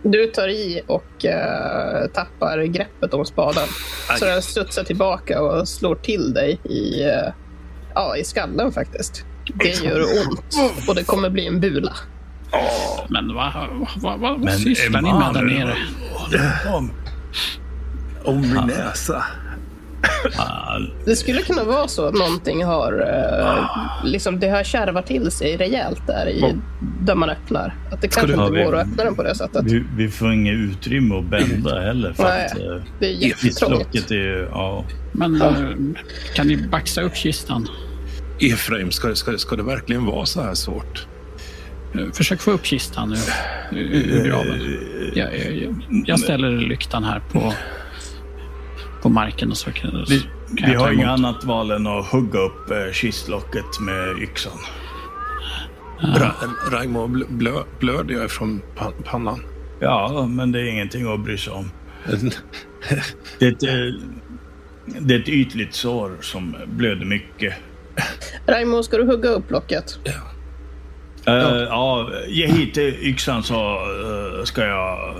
Speaker 2: Du tar i och eh, tappar greppet om spaden. Så
Speaker 3: Aj.
Speaker 2: den studsar tillbaka och slår till dig i, eh, ja, i skallen faktiskt. Det gör ont och det kommer bli en bula.
Speaker 4: Men vad va, va, va, vad sysslar ni med där nere?
Speaker 1: Om,
Speaker 3: Om min näsa.
Speaker 1: Al-
Speaker 2: Det skulle kunna vara så att någonting har eh, liksom, det har kärvat till sig rejält där, i, där man öppnar. Att det kanske
Speaker 1: du-
Speaker 2: inte
Speaker 1: Ja, vi-
Speaker 2: går att öppna den på det sättet.
Speaker 1: vi, vi får inget utrymme att bända heller. För
Speaker 2: Nej.
Speaker 1: att, eh,
Speaker 2: Det är jättetråkigt.
Speaker 1: Locket Mm. är ju... Ja.
Speaker 4: Men eh, kan ni baxa upp kistan?
Speaker 3: Efraim, ska, ska, ska det verkligen vara så här svårt?
Speaker 4: Eh, Försök få upp kistan ur, ur,
Speaker 1: Eh,
Speaker 4: ur graven. Jag, jag- jag, jag ställer lyktan här på, på marken och så kan, så
Speaker 1: Vi,
Speaker 4: kan
Speaker 1: vi
Speaker 4: jag ta
Speaker 1: har inget
Speaker 4: emot.
Speaker 1: annat val än att hugga upp eh, kistlocket med yxan.
Speaker 3: Ra, Raimo, bl- blö, blöder jag ifrån pan- pannan?
Speaker 1: *laughs* Ja, men det är ingenting att bry sig om. Det är ett, eh, det är ett ytligt sår som blöder mycket.
Speaker 2: Raimo, ska du hugga upp locket?
Speaker 1: Eh, ja, ge hit eh, yxan så eh, ska jag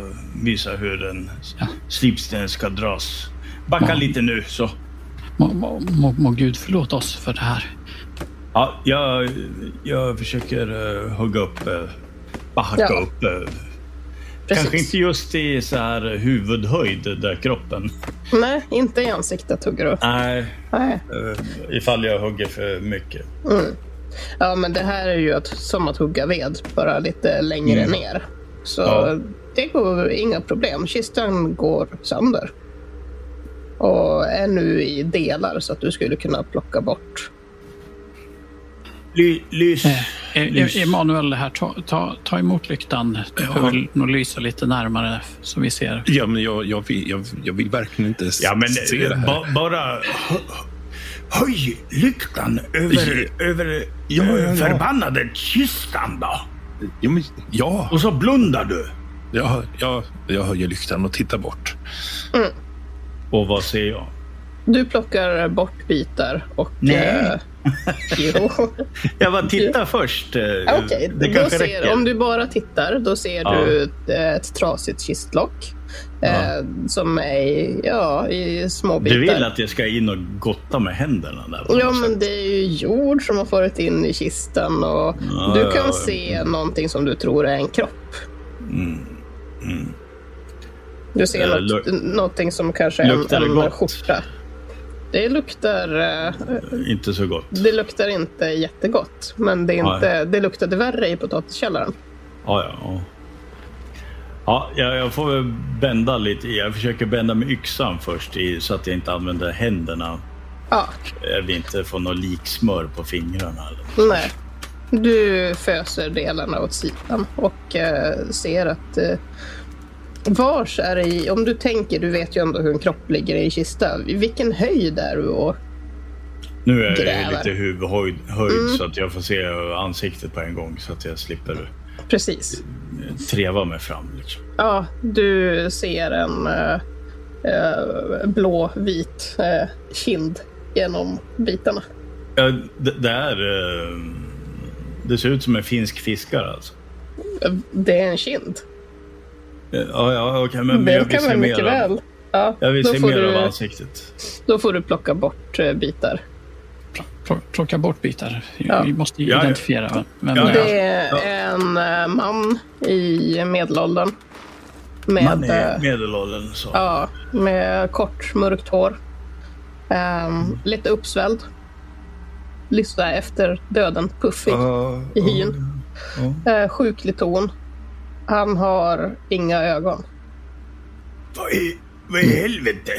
Speaker 1: visa hur den
Speaker 4: Ja.
Speaker 1: slipsten ska dras. Backa lite nu så.
Speaker 4: Må, må, må, må Gud förlåta oss för det här.
Speaker 1: Ja, jag, jag försöker eh, hugga upp, uh, backa
Speaker 2: Ja.
Speaker 1: upp. eh,
Speaker 2: Precis.
Speaker 1: kanske inte just i så här huvudhöjd där kroppen.
Speaker 2: Nej, inte i ansiktet hugger du.
Speaker 1: Nej,
Speaker 2: Nej.
Speaker 1: eh, ifall jag hugger för mycket.
Speaker 2: Ja, men det här är ju att, som att hugga ved, bara lite längre ner. Så
Speaker 1: Mm. Ja.
Speaker 2: det går inga problem. Kistan går sönder. Och är nu i delar så att du skulle kunna plocka bort.
Speaker 1: Ly, lys.
Speaker 4: E-
Speaker 1: Lys.
Speaker 4: E- Emanuel, här, ta, ta, ta emot lyktan. Du behöver nog lysa lite närmare så vi ser.
Speaker 3: Ja, men jag, jag, vill, jag, jag vill verkligen inte s-
Speaker 1: Ja, men eh,
Speaker 3: se det här.
Speaker 1: ba, bara hö- höj lyktan över, över
Speaker 3: Ja, ja, ja.
Speaker 1: förbannade kistan då.
Speaker 3: Jo, men, ja,
Speaker 1: Och så blundar du.
Speaker 3: jag, jag, jag höjer lyktan och tittar bort.
Speaker 1: Och vad ser jag?
Speaker 2: Du plockar bort bitar och...
Speaker 1: Nej.
Speaker 2: Eh,
Speaker 1: *laughs*
Speaker 2: jo.
Speaker 1: Jag bara tittar först. eh,
Speaker 2: Okej,
Speaker 1: det
Speaker 2: då
Speaker 1: kanske
Speaker 2: ser-
Speaker 1: räcker.
Speaker 2: om du bara tittar, då ser
Speaker 1: Ja.
Speaker 2: du ett, ett trasigt kistlock. Eh, som är i, ja, i små bitar.
Speaker 1: Du vill att jag ska in och gotta med händerna där? på
Speaker 2: Ja,
Speaker 1: något
Speaker 2: men
Speaker 1: sätt.
Speaker 2: det är ju jord som har farit in i kistan och du kan
Speaker 1: ja, ja.
Speaker 2: se någonting som du tror är en kropp. Du ser
Speaker 1: Mm, Eh,
Speaker 2: något, någonting som kanske
Speaker 1: luktar
Speaker 2: är
Speaker 1: det
Speaker 2: en, en
Speaker 1: gott?
Speaker 2: skjorta. Det luktar, eh,
Speaker 1: Inte så gott.
Speaker 2: det luktar inte jättegott, men det, är
Speaker 1: Nej.
Speaker 2: inte, det luktade värre i potatiskällaren.
Speaker 1: Ja, ja. ja. Ja, jag, jag får väl bända lite. Jag försöker bända med yxan först i, så att jag inte använder händerna.
Speaker 2: Ja,
Speaker 1: Jag vill inte få något liksmör på fingrarna. Eller.
Speaker 2: nej. Du föser delarna åt sidan och eh, ser att eh, vars är det i, om du tänker, du vet ju ändå hur en kropp ligger i en kista. I Vilken höjd är du och
Speaker 1: Nu är jag ju
Speaker 2: Gräver. Mm.
Speaker 1: lite huvudhöjd höjd, så att jag får se ansiktet på en gång så att jag slipper eh,
Speaker 2: precis.
Speaker 1: treva mig fram. Liksom.
Speaker 2: Ja, du ser en eh, eh, blå-vit eh, kind genom bitarna.
Speaker 1: Ja, det, det, är, eh, det ser ut som en finsk fiskare alltså.
Speaker 2: Eh, Det är en kind.
Speaker 1: Eh, Ja, ja okej, men
Speaker 2: Det
Speaker 1: jag vill
Speaker 2: kan
Speaker 1: se
Speaker 2: man
Speaker 1: mer
Speaker 2: mycket
Speaker 1: av,
Speaker 2: väl. Ja,
Speaker 1: jag vill
Speaker 2: då,
Speaker 1: se
Speaker 2: får
Speaker 1: mer av
Speaker 2: du,
Speaker 1: ansiktet.
Speaker 2: då får du plocka bort eh, bitar.
Speaker 4: Pl- Plocka bort bitar. Vi-
Speaker 2: Ja.
Speaker 4: Vi måste ju
Speaker 1: Ja, ja.
Speaker 4: identifiera vem- vem
Speaker 1: Ja,
Speaker 4: det är.
Speaker 2: Det är en eh, man i medelåldern. Med,
Speaker 1: Man är
Speaker 2: eh,
Speaker 1: medelåldern. Så.
Speaker 2: ja, med kort mörkt hår. Ehm, lite uppsvälld. Lyssna efter döden, puffig.
Speaker 1: Ja,
Speaker 2: i hyn. Eh, sjuklig ton. Han har inga ögon.
Speaker 1: Vad i, vad i helvete?